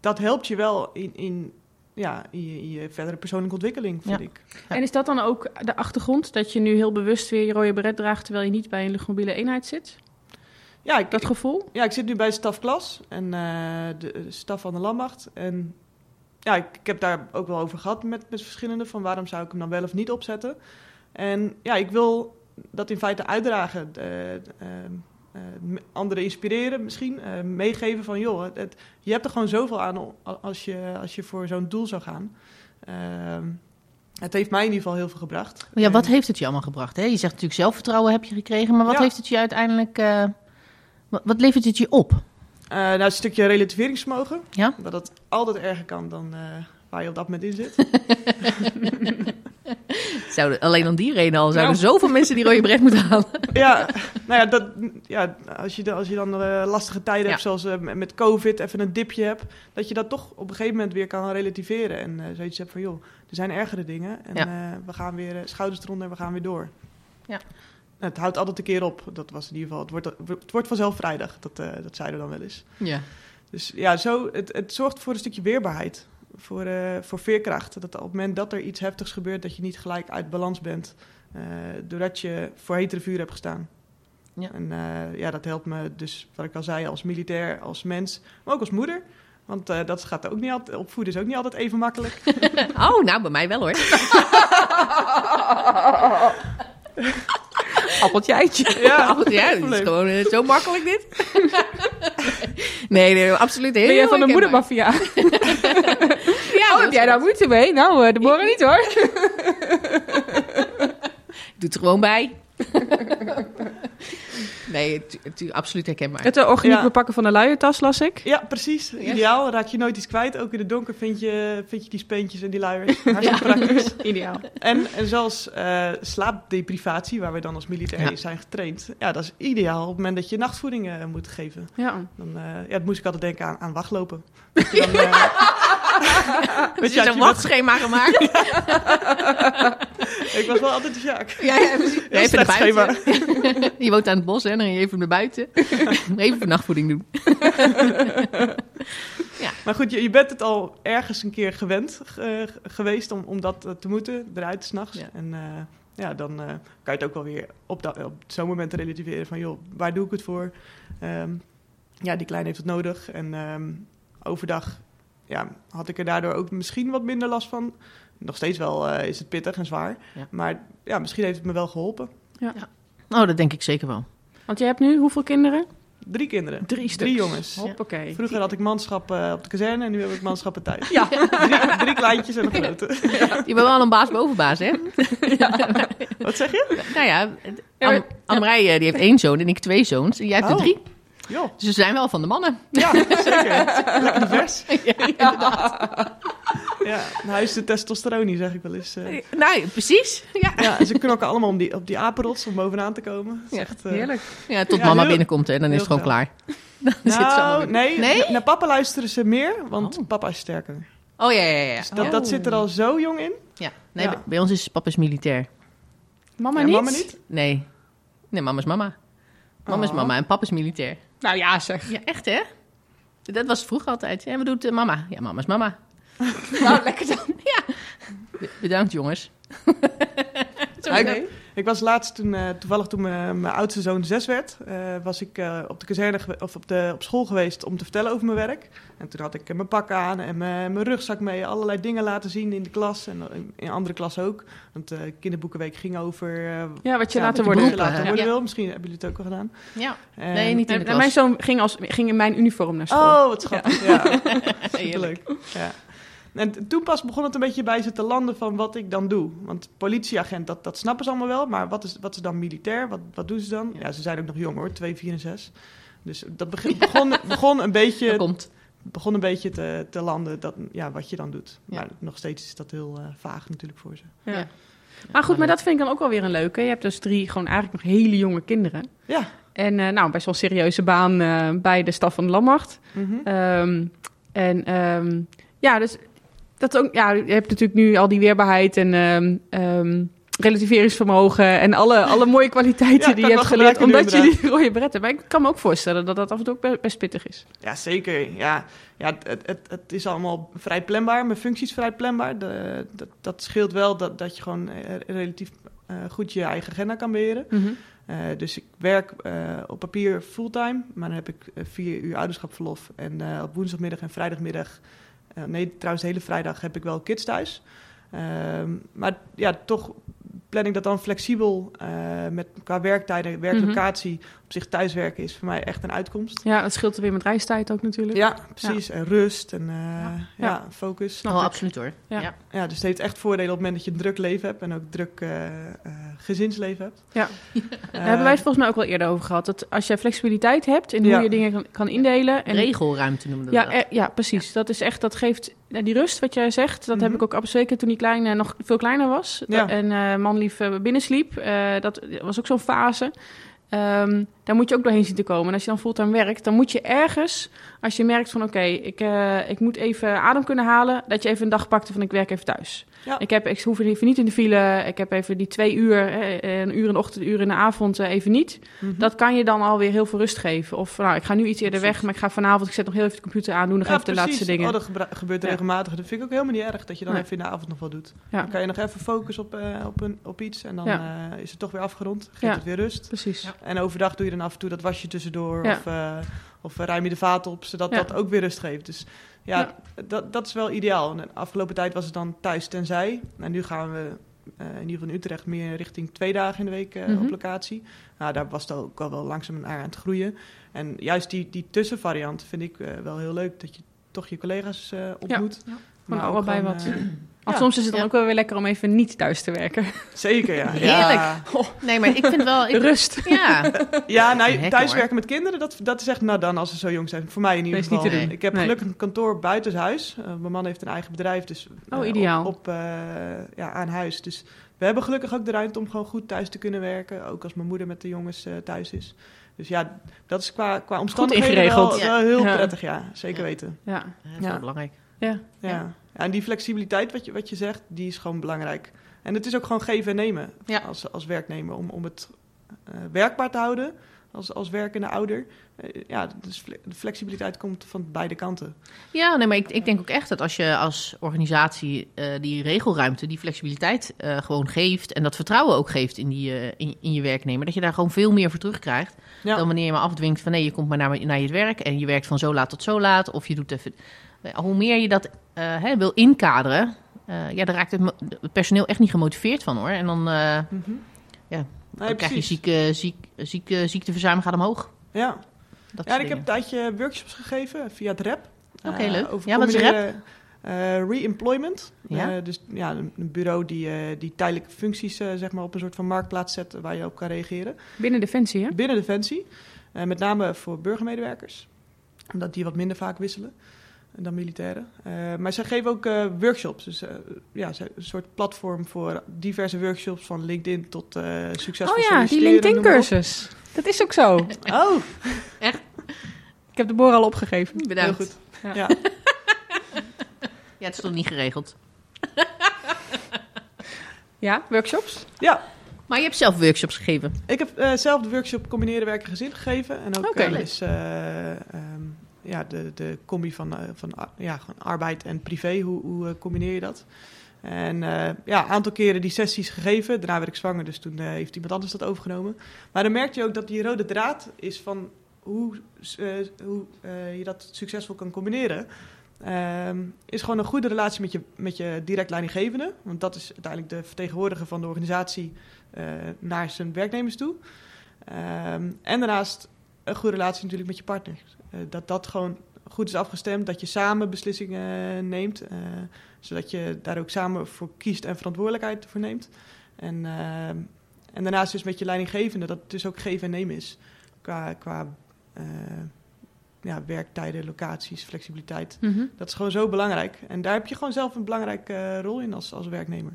[SPEAKER 3] dat helpt je wel in, in, ja, in, je, in je verdere persoonlijke ontwikkeling, vind
[SPEAKER 2] Ja.
[SPEAKER 3] ik.
[SPEAKER 2] Ja.
[SPEAKER 1] En is dat dan ook de achtergrond? Dat je nu heel bewust weer je rode beret draagt... terwijl je niet bij een luchtmobiele eenheid zit?
[SPEAKER 3] Ja, ik,
[SPEAKER 1] Dat gevoel?
[SPEAKER 3] Ja, ik zit nu bij staf klas en eh, de de staf van de landmacht. En ja, ik, ik heb daar ook wel over gehad met, met verschillende van waarom zou ik hem dan wel of niet opzetten. En ja, ik wil dat in feite uitdragen. eh, eh, eh, m- anderen inspireren misschien, eh, meegeven van joh, het- het, je hebt er gewoon zoveel aan o- als je, als je voor zo'n doel zou gaan. Ehm, het heeft mij in ieder geval heel veel gebracht.
[SPEAKER 2] Ja, wat
[SPEAKER 3] En-
[SPEAKER 2] heeft het je allemaal gebracht? Hè? Je zegt natuurlijk zelfvertrouwen heb je gekregen, maar wat
[SPEAKER 3] Ja.
[SPEAKER 2] heeft het je uiteindelijk... eh, wat, wat levert het je op?
[SPEAKER 3] Eh, nou, een stukje relativeringsvermogen.
[SPEAKER 2] Ja.
[SPEAKER 3] Dat het altijd erger kan dan eh, waar je op dat moment in zit.
[SPEAKER 2] Zouden, alleen om die reden al
[SPEAKER 1] zouden
[SPEAKER 2] zoveel mensen die rode bret moeten halen.
[SPEAKER 3] ja, nou ja, dat, ja als, je, dan- als je dan eh, lastige tijden
[SPEAKER 2] Ja.
[SPEAKER 3] hebt, zoals eh, met met COVID, even een dipje hebt, dat je dat toch op een gegeven moment weer kan relativeren. En eh, zoiets hebt van, joh, er zijn ergere dingen en
[SPEAKER 2] Ja.
[SPEAKER 3] eh, we gaan weer eh, schouders eronder en we gaan weer door.
[SPEAKER 2] Ja.
[SPEAKER 3] Nou, het houdt altijd een keer op. Dat was in ieder geval, het wordt, het wordt vanzelf vrijdag, dat, eh, dat zeiden we dan wel eens.
[SPEAKER 2] Ja.
[SPEAKER 3] Dus ja, zo, het, het zorgt voor een stukje weerbaarheid. Voor, eh, voor veerkracht. Dat op het moment dat er iets heftigs gebeurt, dat je niet gelijk uit balans bent. eh, doordat je voor hetere vuur hebt gestaan.
[SPEAKER 2] Ja.
[SPEAKER 3] En eh, ja, dat helpt me dus, wat ik al zei, als militair, als mens, maar ook als moeder. Want eh, dat gaat ook niet altijd, opvoeden is ook niet altijd even makkelijk.
[SPEAKER 2] Oh, nou, bij mij wel hoor.
[SPEAKER 1] Appeltje eitje.
[SPEAKER 2] Ja,
[SPEAKER 3] ja,
[SPEAKER 2] het is gewoon eh, zo makkelijk dit. nee, nee, absoluut heel
[SPEAKER 1] Ben jij van de
[SPEAKER 2] herkenbaar.
[SPEAKER 1] moedermafia?
[SPEAKER 2] Ja,
[SPEAKER 1] Oh, heb jij daar moeite mee? Nou, eh, de boren niet hoor.
[SPEAKER 2] Doet er gewoon bij. nee, tu- tu- absoluut herkenbaar.
[SPEAKER 1] Het eh, organiek
[SPEAKER 3] Ja.
[SPEAKER 1] bepakken van de luiertas las ik.
[SPEAKER 3] ja, precies. Ideaal. Raak je nooit iets kwijt. Ook in het donker vind je, vind je die speentjes en die luiers. Hartstikke praktisch.
[SPEAKER 1] Ideaal.
[SPEAKER 3] En, en zelfs eh, slaapdeprivatie, waar we dan als militair
[SPEAKER 2] Ja.
[SPEAKER 3] in zijn getraind. Ja, dat is ideaal op het moment dat je nachtvoeding eh, moet geven.
[SPEAKER 1] Ja.
[SPEAKER 3] Dan, eh, ja, dat moest ik altijd denken aan, aan wachtlopen. Dat je dan, eh,
[SPEAKER 2] Dus
[SPEAKER 3] weet
[SPEAKER 2] je hebt
[SPEAKER 3] je, als
[SPEAKER 2] een
[SPEAKER 3] je wat,
[SPEAKER 2] wachtschema gemaakt.
[SPEAKER 3] ik was wel altijd de Sjaak.
[SPEAKER 2] Ja, ja, precies.
[SPEAKER 3] Heel
[SPEAKER 2] Even
[SPEAKER 3] slecht
[SPEAKER 2] naar
[SPEAKER 3] schema.
[SPEAKER 2] buiten. Je woont aan het bos hè, en dan even naar buiten. even nachtvoeding doen.
[SPEAKER 3] Maar goed, je, je bent het al ergens een keer gewend eh, geweest om, om dat eh, te moeten, eruit s'nachts.
[SPEAKER 2] Ja.
[SPEAKER 3] En eh, ja, dan eh, kan je het ook wel weer op, dat- op zo'n moment relativeren van, joh, waar doe ik het voor? Ehm, ja, die kleine heeft het nodig. En ehm, overdag ja, had ik er daardoor ook misschien wat minder last van. Nog steeds wel eh, is het pittig en zwaar.
[SPEAKER 2] Ja.
[SPEAKER 3] Maar ja, misschien heeft het me wel geholpen.
[SPEAKER 2] Oh, dat denk ik zeker wel.
[SPEAKER 1] Want je hebt nu hoeveel kinderen?
[SPEAKER 3] Drie kinderen.
[SPEAKER 1] Drie
[SPEAKER 3] Drie jongens.
[SPEAKER 1] Hoppakee.
[SPEAKER 3] Vroeger had ik manschap eh, op de kazerne en nu heb ik manschappen thuis.
[SPEAKER 1] Ja.
[SPEAKER 3] Drie, drie kleintjes en een grote.
[SPEAKER 2] Je bent wel een baas bovenbaas, hè?
[SPEAKER 3] Wat zeg je?
[SPEAKER 2] Nou ja,
[SPEAKER 1] maar-
[SPEAKER 2] Am Amrij, eh, die heeft één zoon en ik twee zoons. En jij hebt
[SPEAKER 3] Oh.
[SPEAKER 2] er drie.
[SPEAKER 3] Joh.
[SPEAKER 2] Dus we zijn wel van de mannen.
[SPEAKER 3] Ja, zeker. Lekker divers.
[SPEAKER 2] inderdaad.
[SPEAKER 3] Ja, in huis Nou, de testosteronie, zeg ik wel eens. eh.
[SPEAKER 2] Nou, precies. Ja.
[SPEAKER 3] Ja, ze knokken allemaal om die, op die apenrots om bovenaan te komen. Dat is
[SPEAKER 2] Ja,
[SPEAKER 3] echt, eh,
[SPEAKER 2] ja tot
[SPEAKER 3] Ja,
[SPEAKER 2] mama
[SPEAKER 3] heel-
[SPEAKER 2] binnenkomt hè, en dan is
[SPEAKER 3] heel
[SPEAKER 2] het gewoon klaar. Dan zit ze allemaal
[SPEAKER 3] Nou,
[SPEAKER 2] weer-
[SPEAKER 3] nee,
[SPEAKER 2] Nee?
[SPEAKER 3] na- naar papa luisteren ze meer, want
[SPEAKER 2] Oh.
[SPEAKER 3] papa is sterker.
[SPEAKER 2] Oh ja, ja, Oh. ja.
[SPEAKER 3] Dus dat,
[SPEAKER 2] ja.
[SPEAKER 3] dat zit er al zo jong in.
[SPEAKER 2] Ja. Nee,
[SPEAKER 3] Ja.
[SPEAKER 2] bij- bij ons is papa's militair.
[SPEAKER 1] Mama,
[SPEAKER 3] Ja,
[SPEAKER 1] niet?
[SPEAKER 3] mama niet?
[SPEAKER 2] Nee. Nee, mama is mama. Mama is
[SPEAKER 3] Oh.
[SPEAKER 2] mama en papa is militair.
[SPEAKER 1] Nou ja, zeg.
[SPEAKER 2] Ja, echt hè? Dat was vroeger altijd. Ja, wat doet eh, mama? Ja, mama is mama.
[SPEAKER 1] nou, lekker dan.
[SPEAKER 2] Be- bedankt jongens.
[SPEAKER 3] Ja, ik, ik was laatst toen, eh, toevallig toen mijn, mijn oudste zoon zes werd, eh, was ik eh, op de kazerne gewe- of op, de, op school geweest om te vertellen over mijn werk. En toen had ik eh, mijn pak aan en mijn, mijn rugzak mee, allerlei dingen laten zien in de klas en eh, in andere klassen ook. Want eh Kinderboekenweek ging over eh,
[SPEAKER 1] Ja, wat je
[SPEAKER 3] ja,
[SPEAKER 1] later
[SPEAKER 3] wat
[SPEAKER 1] worden.
[SPEAKER 3] je
[SPEAKER 2] Ja.
[SPEAKER 3] later worden
[SPEAKER 2] Ja.
[SPEAKER 3] wil. Misschien hebben jullie het ook al gedaan.
[SPEAKER 2] Ja.
[SPEAKER 3] En-
[SPEAKER 2] Nee, niet in de
[SPEAKER 1] Nee,
[SPEAKER 2] klas.
[SPEAKER 1] mijn zoon ging, als, ging in mijn uniform naar school.
[SPEAKER 3] Oh, wat schattig. Ja.
[SPEAKER 2] Heerlijk.
[SPEAKER 3] Leuk. Ja. En t- toen pas begon het een beetje bij ze te landen van wat ik dan doe. Want politieagent, dat, dat snappen ze allemaal wel. Maar wat is, wat is dan militair? Wat, wat doen ze dan? Ja, ze zijn ook nog jong hoor, 2, 4 en 6. Dus dat beg- begon, begon een
[SPEAKER 2] Dat
[SPEAKER 3] beetje,
[SPEAKER 2] komt.
[SPEAKER 3] begon een beetje te, te landen dat, ja, wat je dan doet.
[SPEAKER 2] Ja.
[SPEAKER 3] Maar nog steeds is dat heel eh, vaag natuurlijk voor ze.
[SPEAKER 1] Ja.
[SPEAKER 2] Ja.
[SPEAKER 1] Maar goed, maar dat vind ik dan ook wel weer een leuke. Je hebt dus drie gewoon eigenlijk nog hele jonge kinderen.
[SPEAKER 3] Ja.
[SPEAKER 1] En eh, nou, best wel een serieuze baan eh, bij de staf van de landmacht.
[SPEAKER 3] Mhm.
[SPEAKER 1] Ehm, en ehm, ja, dus dat ook, ja, je hebt natuurlijk nu al die weerbaarheid en ehm, ehm, relativeringsvermogen en alle, alle mooie kwaliteiten
[SPEAKER 3] Ja,
[SPEAKER 1] die je
[SPEAKER 3] kan ik
[SPEAKER 1] hebt
[SPEAKER 3] wel
[SPEAKER 1] geleerd,
[SPEAKER 3] gebruiken nu
[SPEAKER 1] omdat je die rode bret hebt. Maar ik kan me ook voorstellen dat dat af en toe ook be- best pittig is.
[SPEAKER 3] Ja, zeker. Ja, ja het, het, het is allemaal vrij planbaar. Mijn functie is vrij planbaar. De- dat, dat scheelt wel dat, dat je gewoon eh, relatief eh, goed je eigen agenda kan beheren. Eh, dus ik werk eh, op papier fulltime, maar dan heb ik eh, vier uur ouderschapverlof. En eh, op woensdagmiddag en vrijdagmiddag, eh, nee trouwens de hele vrijdag, heb ik wel kids thuis. Ehm, maar ja, toch plan ik dat dan flexibel eh, met, qua werktijden, werklocatie.
[SPEAKER 1] Mhm.
[SPEAKER 3] Op zich thuiswerken is voor mij echt een uitkomst.
[SPEAKER 1] Ja, dat scheelt er weer met reistijd ook natuurlijk.
[SPEAKER 3] Ja, precies. En rust en eh, ja.
[SPEAKER 1] Ja.
[SPEAKER 3] focus.
[SPEAKER 1] Snap
[SPEAKER 2] oh,
[SPEAKER 1] ik.
[SPEAKER 2] absoluut hoor.
[SPEAKER 1] Ja.
[SPEAKER 2] Ja.
[SPEAKER 3] Ja, dus het heeft echt voordelen op het moment dat je een druk leven hebt en ook druk eh, eh, gezinsleven hebt.
[SPEAKER 1] Ja.
[SPEAKER 3] Eh,
[SPEAKER 1] Daar hebben wij het volgens mij ook wel eerder over gehad. Dat als je flexibiliteit hebt in
[SPEAKER 3] Ja.
[SPEAKER 1] hoe je dingen kan, kan indelen. En,
[SPEAKER 2] Regelruimte noemen we
[SPEAKER 1] ja,
[SPEAKER 2] dat.
[SPEAKER 1] eh, ja, precies. Dat is echt, dat geeft eh, die rust wat jij zegt. Dat heb
[SPEAKER 3] Mhm.
[SPEAKER 1] ik ook ab- zeker toen die kleine nog veel kleiner was.
[SPEAKER 3] Ja.
[SPEAKER 1] Dat- En eh man lief eh, binnensliep. Eh, dat was ook zo'n fase. Ehm, daar moet je ook doorheen zien te komen. En als je dan fulltime werkt, dan moet je ergens, als je merkt van oké, ik, eh, ik moet even adem kunnen halen, dat je even een dag pakt van ik werk even thuis.
[SPEAKER 3] Ja.
[SPEAKER 1] Ik, heb, ik hoef even niet in de file, ik heb even die twee uur, eh, een uur in de ochtend, een uur in de avond, eh, even niet.
[SPEAKER 3] mhm.
[SPEAKER 1] Dat kan je dan alweer heel veel rust geven. Of nou, ik ga nu iets eerder weg, maar ik ga vanavond, ik zet nog heel even de computer aan, doen nog
[SPEAKER 3] Ja,
[SPEAKER 1] even de laatste dingen.
[SPEAKER 3] Oh, dat gebra- gebeurt
[SPEAKER 1] Ja.
[SPEAKER 3] regelmatig. Dat vind ik ook helemaal niet erg dat je dan
[SPEAKER 1] Nee.
[SPEAKER 3] even in de avond nog wel doet.
[SPEAKER 1] Ja.
[SPEAKER 3] Dan kan je nog even focussen op, eh, op, een, op iets en dan eh, is het toch weer afgerond. Geeft
[SPEAKER 1] Ja.
[SPEAKER 3] het weer rust.
[SPEAKER 1] Precies.
[SPEAKER 2] Ja.
[SPEAKER 3] En overdag doe je dan af en toe dat wasje tussendoor
[SPEAKER 1] Ja.
[SPEAKER 3] of, eh of ruim je de vaat op, zodat
[SPEAKER 1] Ja.
[SPEAKER 3] dat ook weer rust geeft. Dus ja, Dat, dat is wel ideaal. En de afgelopen tijd was het dan thuis tenzij. Nou, nu gaan we eh, in ieder geval in Utrecht meer richting twee dagen in de week eh,
[SPEAKER 1] Mhm.
[SPEAKER 3] op locatie. Nou, daar was het ook al wel langzaam aan het groeien. En juist die, die tussenvariant vind ik eh, wel heel leuk. Dat je toch je collega's eh, ontmoet.
[SPEAKER 2] ja.
[SPEAKER 1] Van
[SPEAKER 3] ook
[SPEAKER 1] allebei
[SPEAKER 3] gewoon,
[SPEAKER 1] wat.
[SPEAKER 3] eh,
[SPEAKER 1] Maar
[SPEAKER 3] ja,
[SPEAKER 1] soms is het dan
[SPEAKER 2] Ja.
[SPEAKER 1] ook wel weer lekker om even niet thuis te werken.
[SPEAKER 3] zeker, ja. Ja,
[SPEAKER 2] Heerlijk. Nee, maar ik vind wel... Ik,
[SPEAKER 1] Rust.
[SPEAKER 2] Ja.
[SPEAKER 3] ja nou,
[SPEAKER 2] Hekken,
[SPEAKER 3] thuiswerken met kinderen, dat, dat is echt nou dan als ze zo jong zijn. Voor mij in ieder
[SPEAKER 1] Dat is
[SPEAKER 3] geval.
[SPEAKER 1] niet
[SPEAKER 2] te doen.
[SPEAKER 3] Ik heb
[SPEAKER 1] Nee.
[SPEAKER 3] gelukkig een kantoor buitenshuis. Eh, mijn man heeft een eigen bedrijf, dus eh,
[SPEAKER 1] Oh, ideaal.
[SPEAKER 3] op, op, eh, ja, aan huis. Dus we hebben gelukkig ook de ruimte om gewoon goed thuis te kunnen werken. Ook als mijn moeder met de jongens eh, thuis is. Dus ja, dat is qua, qua omstandigheden
[SPEAKER 1] ingeregeld.
[SPEAKER 3] wel, wel heel
[SPEAKER 1] Ja.
[SPEAKER 3] prettig, ja. Zeker
[SPEAKER 2] Ja.
[SPEAKER 3] weten.
[SPEAKER 1] Ja.
[SPEAKER 2] Dat is wel belangrijk.
[SPEAKER 1] Ja.
[SPEAKER 3] Ja.
[SPEAKER 2] Ja.
[SPEAKER 3] En die flexibiliteit wat je, wat je zegt, die is gewoon belangrijk. En het is ook gewoon geven en nemen
[SPEAKER 2] Ja.
[SPEAKER 3] als, als werknemer. Om, om het eh, werkbaar te houden als, als werkende ouder. Eh, ja, dus fle- de flexibiliteit komt van beide kanten.
[SPEAKER 2] Ja, nee, maar ik, ik denk ook echt dat als je als organisatie eh, die regelruimte, die flexibiliteit eh, gewoon geeft en dat vertrouwen ook geeft in, die, eh, in, in je werknemer, dat je daar gewoon veel meer voor terugkrijgt
[SPEAKER 3] Ja.
[SPEAKER 2] dan wanneer je maar afdwingt van nee, je komt maar naar, naar je werk en je werkt van zo laat tot zo laat of je doet even... Eh, Hoe meer je dat eh, hè, wil inkaderen, eh, ja, daar raakt het, mo- het personeel echt niet gemotiveerd van hoor. En dan, eh,
[SPEAKER 3] Mhm.
[SPEAKER 2] Ja.
[SPEAKER 3] Nee,
[SPEAKER 2] dan krijg je
[SPEAKER 3] precies.
[SPEAKER 2] zieke, ziek, zieke, ziekteverzuim gaat omhoog.
[SPEAKER 3] Ja.
[SPEAKER 2] Dat
[SPEAKER 3] Ja, en
[SPEAKER 2] soort
[SPEAKER 3] ik heb
[SPEAKER 2] dingen.
[SPEAKER 3] een tijdje workshops gegeven via het REP.
[SPEAKER 2] Oké,
[SPEAKER 3] Eh,
[SPEAKER 2] leuk.
[SPEAKER 3] over
[SPEAKER 2] Ja, wat is REP?
[SPEAKER 3] combineren, eh, Re-employment.
[SPEAKER 2] Ja.
[SPEAKER 3] Eh, dus ja, een een bureau die, eh, die tijdelijke functies eh, zeg maar op een soort van marktplaats zet waar je op kan reageren.
[SPEAKER 1] Binnen Defensie, hè?
[SPEAKER 3] Binnen Defensie. Eh, met name voor burgermedewerkers. Omdat die wat minder vaak wisselen dan militairen. Eh, maar zij geven ook eh, workshops. Dus eh, ja, ze- een soort platform voor diverse workshops. Van LinkedIn tot eh succesvol
[SPEAKER 1] Oh ja, die
[SPEAKER 3] solliciteren, noem maar op.
[SPEAKER 1] LinkedIn-cursus. Dat is ook zo.
[SPEAKER 3] Oh,
[SPEAKER 1] Ik heb de boor al opgegeven.
[SPEAKER 2] Bedankt.
[SPEAKER 3] Heel goed.
[SPEAKER 1] Ja.
[SPEAKER 3] Ja.
[SPEAKER 2] Ja, het is nog niet geregeld.
[SPEAKER 1] Ja, workshops?
[SPEAKER 3] Ja,
[SPEAKER 2] Maar je hebt zelf workshops gegeven.
[SPEAKER 3] Ik heb eh, zelf de workshop Combineren Werken Gezin gegeven. En ook
[SPEAKER 1] Oké.
[SPEAKER 3] eh, dus, eh, ehm, ja, de, de combi van, eh, van, ah, ja, gewoon arbeid en privé, hoe, hoe eh, combineer je dat? En eh, ja, een aantal keren die sessies gegeven. Daarna werd ik zwanger, dus toen eh, heeft iemand anders dat overgenomen. Maar dan merkte je ook dat die rode draad is van hoe, eh, hoe eh, je dat succesvol kan combineren. Ehm, is gewoon een goede relatie met je, met je direct leidinggevende. Want dat is uiteindelijk de vertegenwoordiger van de organisatie eh, naar zijn werknemers toe. Ehm, en daarnaast een goede relatie natuurlijk met je partner. Eh, dat dat gewoon goed is afgestemd, dat je samen beslissingen neemt. eh, zodat je daar ook samen voor kiest en verantwoordelijkheid voor neemt. En, ehm, en daarnaast dus met je leidinggevende, dat het dus ook geven en nemen is. Qua, qua eh, ja, werktijden, locaties, flexibiliteit.
[SPEAKER 1] Mhm.
[SPEAKER 3] Dat is gewoon zo belangrijk. En daar heb je gewoon zelf een belangrijke eh, rol in als, als werknemer.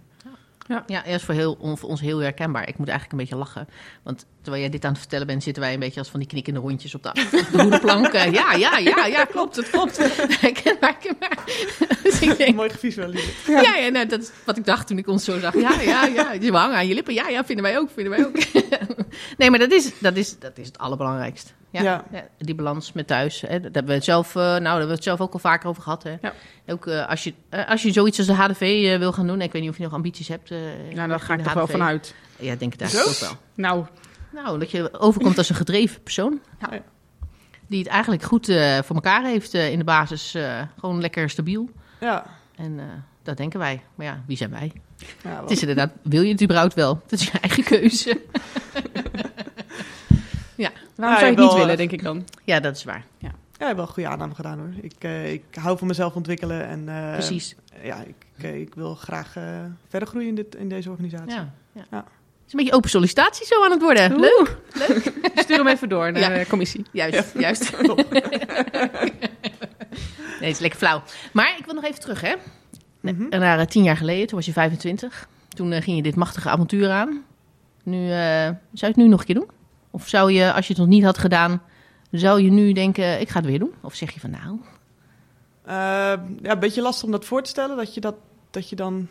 [SPEAKER 2] Ja, dat is voor, heel, on- voor ons heel herkenbaar. Ik moet eigenlijk een beetje lachen. Want terwijl jij dit aan het vertellen bent, zitten wij een beetje als van die knikkende rondjes op de, op de hoedenplank. Eh, Ja, ja, ja, ja, klopt, het klopt. Herkenbaar, herkenbaar. Dus ik denk,
[SPEAKER 3] Mooi gevies wel, lieve.
[SPEAKER 2] ja, ja nou, dat is wat ik dacht toen ik ons zo zag. Ja, ja, ja, je hangen aan je lippen. Ja, ja, vinden wij ook, vinden wij ook. Nee, maar dat is, dat is, dat is het allerbelangrijkste. Ja,
[SPEAKER 3] Ja.
[SPEAKER 2] Ja, die balans met thuis. Hè, dat hebben we het zelf, eh, nou, daar hebben we het zelf ook al vaker over gehad. Hè.
[SPEAKER 1] Ja.
[SPEAKER 2] Ook eh, als, je, eh, als je zoiets als de HDV eh, wil gaan doen. Ik weet niet of je nog ambities hebt. eh,
[SPEAKER 1] Nou, daar ga
[SPEAKER 2] in
[SPEAKER 1] ik
[SPEAKER 2] de
[SPEAKER 1] toch wel
[SPEAKER 2] HDV.
[SPEAKER 1] vanuit.
[SPEAKER 2] Ja, ik denk het eigenlijk ook
[SPEAKER 3] Zo?
[SPEAKER 2] wel.
[SPEAKER 1] Nou,
[SPEAKER 2] Nou, dat je overkomt als een gedreven persoon.
[SPEAKER 3] Ja.
[SPEAKER 2] Die het eigenlijk goed eh, voor elkaar heeft eh, in de basis. eh, gewoon lekker stabiel.
[SPEAKER 3] Ja.
[SPEAKER 2] En eh, dat denken wij. Maar ja, wie zijn wij?
[SPEAKER 3] Ja, wel.
[SPEAKER 2] Het is inderdaad, wil je het überhaupt wel? Dat is je eigen keuze.
[SPEAKER 1] waarom
[SPEAKER 3] Ja,
[SPEAKER 1] zou je het
[SPEAKER 3] wel,
[SPEAKER 1] niet willen,
[SPEAKER 3] eh,
[SPEAKER 1] denk ik dan?
[SPEAKER 2] Ja, dat is waar.
[SPEAKER 3] Ja, wel een goede aanname gedaan hoor. Ik, eh, ik hou van mezelf ontwikkelen en eh,
[SPEAKER 1] Ehm,
[SPEAKER 2] Precies.
[SPEAKER 3] ja, ik, eh, ik wil graag eh, verder groeien in, dit, in deze organisatie.
[SPEAKER 2] Ja. Ja.
[SPEAKER 3] Ja.
[SPEAKER 2] Het is een beetje open sollicitatie zo aan het worden.
[SPEAKER 1] Oeh.
[SPEAKER 2] Leuk.
[SPEAKER 1] Stuur hem even door naar
[SPEAKER 2] Ja.
[SPEAKER 1] de commissie.
[SPEAKER 2] Juist, juist. nee, het is lekker flauw. Maar ik wil nog even terug, hè. Nee,
[SPEAKER 3] Mhm.
[SPEAKER 2] Naar eh, tien jaar geleden, toen was je 25. Toen eh, ging je dit machtige avontuur aan. Nu, eh, zou je het nu nog een keer doen? Of zou je, als je het nog niet had gedaan, zou je nu denken, ik ga het weer doen? Of zeg je van, nou,
[SPEAKER 3] Eh, ja, een beetje lastig om dat voor te stellen, dat je dat, dat je dan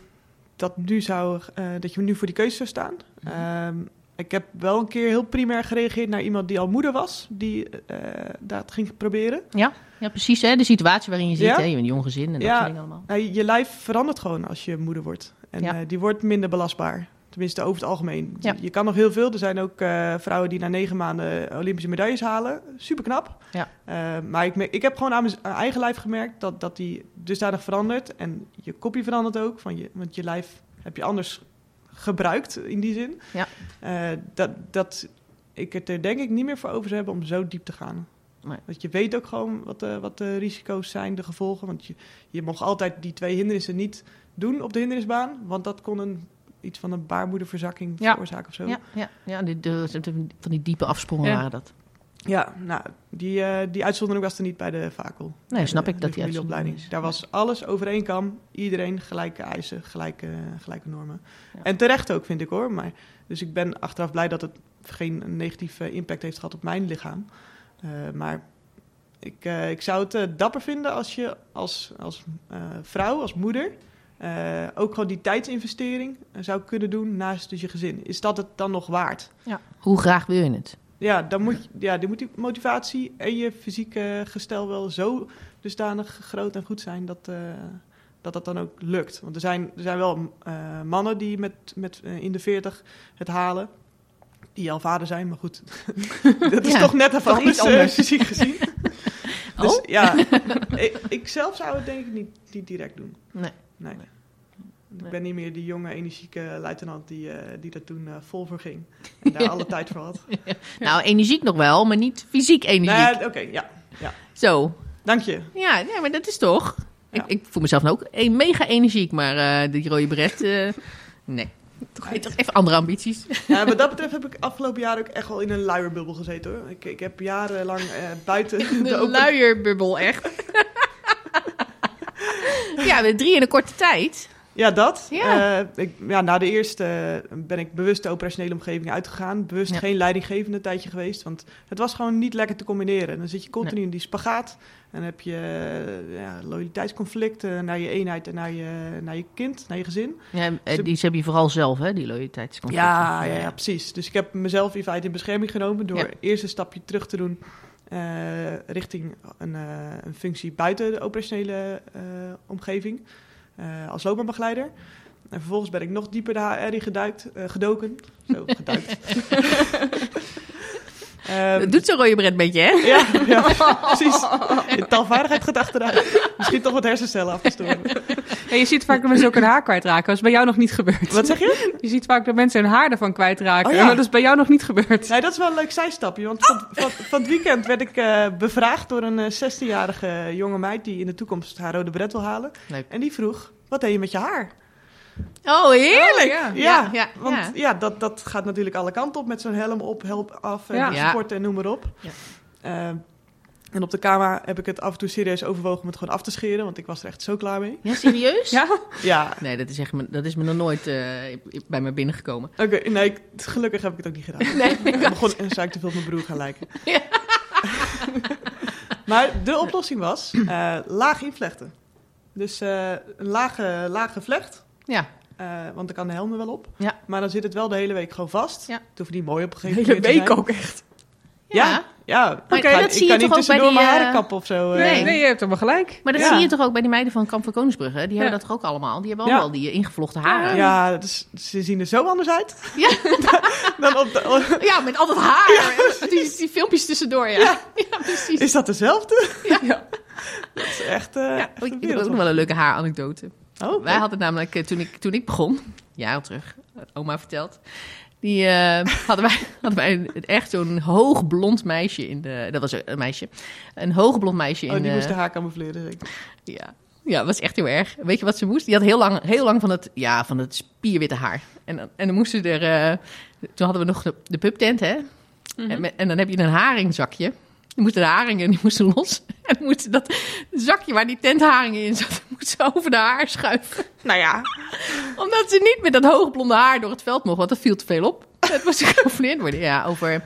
[SPEAKER 3] dat nu zou, eh, dat je nu voor die keuze zou staan.
[SPEAKER 2] Mhm.
[SPEAKER 3] Ehm, ik heb wel een keer heel primair gereageerd naar iemand die al moeder was, die eh, dat ging proberen.
[SPEAKER 2] ja, precies, hè, de situatie waarin je zit,
[SPEAKER 3] Ja.
[SPEAKER 2] hè, je bent een jong gezin en dat
[SPEAKER 3] Ja.
[SPEAKER 2] soort dingen allemaal.
[SPEAKER 3] Nou, je je lijf verandert gewoon als je moeder wordt. En
[SPEAKER 2] Ja.
[SPEAKER 3] eh, die wordt minder belastbaar. Tenminste, over het algemeen.
[SPEAKER 2] Ja.
[SPEAKER 3] Je kan nog heel veel. Er zijn ook eh, vrouwen die na negen maanden Olympische medailles halen. Super knap.
[SPEAKER 2] Ja.
[SPEAKER 3] Eh, maar ik, merk- ik heb gewoon aan mijn z- aan eigen lijf gemerkt dat, dat die dusdanig verandert. En je kopie verandert ook. Van je, want je lijf heb je anders gebruikt in die zin.
[SPEAKER 2] Ja.
[SPEAKER 3] Eh, dat, dat ik het er denk ik niet meer voor over zou hebben om zo diep te gaan.
[SPEAKER 2] Nee.
[SPEAKER 3] Want je weet ook gewoon wat de, wat de risico's zijn, de gevolgen. Want je, je mocht altijd die twee hindernissen niet doen op de hindernisbaan. Want dat kon een, iets van een baarmoederverzakking
[SPEAKER 1] Ja.
[SPEAKER 3] veroorzaken of zo.
[SPEAKER 2] Ja, ja, ja die, de- van die diepe afsprongen
[SPEAKER 1] Ja.
[SPEAKER 2] waren dat.
[SPEAKER 3] Ja, nou, die, eh, die uitzondering was er niet bij de VAKEL.
[SPEAKER 2] Nee, snap
[SPEAKER 3] de-
[SPEAKER 2] ik dat
[SPEAKER 3] eh, de
[SPEAKER 2] die uitzondering
[SPEAKER 3] familieopleiding.
[SPEAKER 2] is.
[SPEAKER 3] Daar was alles over één kam. Iedereen gelijke eisen, gelijke, gelijke normen.
[SPEAKER 2] Ja.
[SPEAKER 3] En terecht ook, vind ik hoor. Maar, dus ik ben achteraf blij dat het geen negatieve impact heeft gehad op mijn lichaam. Eh, maar ik, eh, ik zou het eh, dapper vinden als je als, als eh, vrouw, als moeder... eh, ook gewoon die tijdsinvestering eh, zou kunnen doen naast dus je gezin. Is dat het dan nog waard?
[SPEAKER 2] Hoe graag wil je het?
[SPEAKER 3] Ja, dan moet, je- ja, dan moet die motivatie en je fysieke gestel wel zo dusdanig groot en goed zijn dat eh, dat, dat dan ook lukt. Want er zijn, er zijn wel eh, mannen die met, met, eh, in de 40 het halen, die al vader zijn, maar goed. dat is
[SPEAKER 2] Ja,
[SPEAKER 3] toch net even
[SPEAKER 2] toch
[SPEAKER 3] anders,
[SPEAKER 2] iets
[SPEAKER 3] eh,
[SPEAKER 2] anders.
[SPEAKER 3] fysiek gezien. Dus
[SPEAKER 2] Oh?
[SPEAKER 3] ja, ik, ik zelf zou het denk ik niet, niet direct doen.
[SPEAKER 2] Nee.
[SPEAKER 3] nee.
[SPEAKER 2] Nee.
[SPEAKER 3] Ik ben niet meer die jonge, energieke luitenant die, eh, die daar toen eh, vol voor ging. En daar alle tijd voor had.
[SPEAKER 2] Nou, energiek nog wel, maar niet fysiek energiek.
[SPEAKER 3] Nee, Oké, ja.
[SPEAKER 2] Zo.
[SPEAKER 3] Dank je.
[SPEAKER 2] Ja, nee, maar dat is toch.
[SPEAKER 3] Ja.
[SPEAKER 2] Ik, ik voel mezelf nou ook eh, mega energiek, maar eh, die rode beret. eh, nee. Toch, toch even andere ambities.
[SPEAKER 3] Ja, Eh, wat dat betreft heb ik afgelopen jaar ook echt wel in een luierbubbel gezeten hoor. Ik, ik heb jarenlang eh, buiten de
[SPEAKER 2] De
[SPEAKER 3] open...
[SPEAKER 2] luierbubbel, echt. ja, met drie in een korte tijd.
[SPEAKER 3] Ja, dat.
[SPEAKER 2] Ja.
[SPEAKER 3] Eh, ik, ja, na de eerste eh, ben ik bewust de operationele omgeving uitgegaan. Bewust
[SPEAKER 2] Ja.
[SPEAKER 3] geen leidinggevende tijdje geweest. Want het was gewoon niet lekker te combineren. Dan zit je continu in die spagaat. En dan heb je eh, ja, loyaliteitsconflicten naar je eenheid en naar je, naar je kind, naar je gezin.
[SPEAKER 4] Ja,
[SPEAKER 2] eh,
[SPEAKER 4] en die ze hebben je vooral zelf, hè, die loyaliteitsconflicten.
[SPEAKER 3] Ja, ja, ja, precies. Dus ik heb mezelf in feite in bescherming genomen door
[SPEAKER 2] Ja.
[SPEAKER 3] eerst een stapje terug te doen eh, richting een, eh, een functie buiten de operationele eh, omgeving eh, als loopbaanbegeleider. En vervolgens ben ik nog dieper de HR in geduikt, eh, gedoken. Zo, geduikt. Ehm,
[SPEAKER 2] Dat doet zo'n rode bret met je, hè?
[SPEAKER 3] ja, ja, precies. Je taalvaardigheid gaat achteruit. Misschien toch wat hersencellen afgestorven.
[SPEAKER 5] Ja, je ziet vaak dat mensen ook hun haar kwijtraken. Dat is bij jou nog niet gebeurd.
[SPEAKER 3] Wat zeg je?
[SPEAKER 5] Je ziet vaak dat mensen hun haar ervan kwijtraken.
[SPEAKER 3] Oh ja.
[SPEAKER 5] Maar dat is bij jou nog niet gebeurd.
[SPEAKER 3] Nee, dat is wel een leuk zijstapje. Want van, van, van het weekend werd ik eh, bevraagd door een eh, 16-jarige jonge meid die in de toekomst haar rode bret wil halen.
[SPEAKER 2] Leuk.
[SPEAKER 3] En die vroeg: wat deed je met je haar?
[SPEAKER 2] Oh, heerlijk!
[SPEAKER 5] Ja.
[SPEAKER 2] Ja, ja,
[SPEAKER 3] want
[SPEAKER 2] ja.
[SPEAKER 3] ja, dat, dat gaat natuurlijk alle kanten op met zo'n helm op, help af,
[SPEAKER 5] Ja.
[SPEAKER 3] en
[SPEAKER 2] Ja.
[SPEAKER 3] sporten en noem maar op.
[SPEAKER 2] Ja.
[SPEAKER 3] Ehm, en op de kamer heb ik het af en toe serieus overwogen om het gewoon af te scheren, want ik was er echt zo klaar mee.
[SPEAKER 2] Ja, serieus?
[SPEAKER 5] Ja?
[SPEAKER 3] Ja,
[SPEAKER 2] Nee, dat is, echt, me- dat is me nog nooit eh, bij me binnengekomen.
[SPEAKER 3] oké, nee, ik- gelukkig heb ik het ook niet gedaan.
[SPEAKER 2] Nee,
[SPEAKER 3] Ik begon en zou ik te veel op mijn broer gaan lijken.
[SPEAKER 2] Ja.
[SPEAKER 3] maar de oplossing was eh, laag invlechten. Dus eh, een lage, lage vlecht.
[SPEAKER 2] Ja.
[SPEAKER 3] Eh, want dan kan de helm er wel op.
[SPEAKER 2] Ja.
[SPEAKER 3] Maar dan zit het wel de hele week gewoon vast.
[SPEAKER 2] Ja.
[SPEAKER 3] Het hoeft niet mooi op een
[SPEAKER 1] De
[SPEAKER 3] gegeven
[SPEAKER 1] hele
[SPEAKER 3] moment.
[SPEAKER 1] week ook echt.
[SPEAKER 3] Ja. ja.
[SPEAKER 2] Maar
[SPEAKER 3] ik kan,
[SPEAKER 2] dat
[SPEAKER 3] ik
[SPEAKER 2] zie
[SPEAKER 3] kan
[SPEAKER 2] je toch
[SPEAKER 3] niet
[SPEAKER 2] ook bij
[SPEAKER 3] tussendoor
[SPEAKER 2] die,
[SPEAKER 3] mijn
[SPEAKER 2] eh,
[SPEAKER 3] haren kappen of zo. eh.
[SPEAKER 2] Nee.
[SPEAKER 5] Nee, je hebt helemaal gelijk.
[SPEAKER 2] Maar dat
[SPEAKER 3] Ja.
[SPEAKER 2] zie je toch ook bij die meiden van Kamp van Koningsbrugge? Die hebben
[SPEAKER 5] Ja.
[SPEAKER 2] dat toch ook allemaal? Die hebben
[SPEAKER 3] Ja.
[SPEAKER 2] allemaal die eh, ingevlochten haren. Ja,
[SPEAKER 3] Ja, dat is- ze zien er zo anders uit
[SPEAKER 2] Ja.
[SPEAKER 3] dan op de... oh,
[SPEAKER 2] met al dat haar. die, die filmpjes tussendoor, ja. Ja, precies.
[SPEAKER 3] Is dat dezelfde?
[SPEAKER 2] Ja.
[SPEAKER 3] Dat is echt, eh
[SPEAKER 2] Ja,
[SPEAKER 3] echt
[SPEAKER 2] ik,
[SPEAKER 3] een
[SPEAKER 2] ik heb ook nog
[SPEAKER 3] wereld.
[SPEAKER 2] wel een leuke haaranekdote.
[SPEAKER 3] Oh, oké.
[SPEAKER 2] Wij hadden namelijk, eh, toen ik, toen ik begon, jaren terug, had oma verteld. Die eh, hadden wij, hadden wij een- echt zo'n hoog blond meisje in de... Dat was een meisje. Een hoog blond meisje in
[SPEAKER 3] Oh, die
[SPEAKER 2] eh,
[SPEAKER 3] moest de haar camoufleren. denk ik.
[SPEAKER 2] Ja. Ja, was echt heel erg. Weet je wat ze moest? Die had heel lang, heel lang van, het, ja, van het spierwitte haar. En, dan- en dan moesten ze er... eh, toen hadden we nog de, de pubtent, hè?
[SPEAKER 3] Mhm.
[SPEAKER 2] en, met- en dan heb je een haringzakje. Die moesten de haringen die moesten los. En dan moesten dat zakje waar die tentharingen in zat... moesten ze over de haar schuiven.
[SPEAKER 5] Nou ja.
[SPEAKER 2] Omdat ze niet met dat hoogblonde haar door het veld mocht. Want dat viel te veel op. Het moest geconfronteerd worden. Ja, over,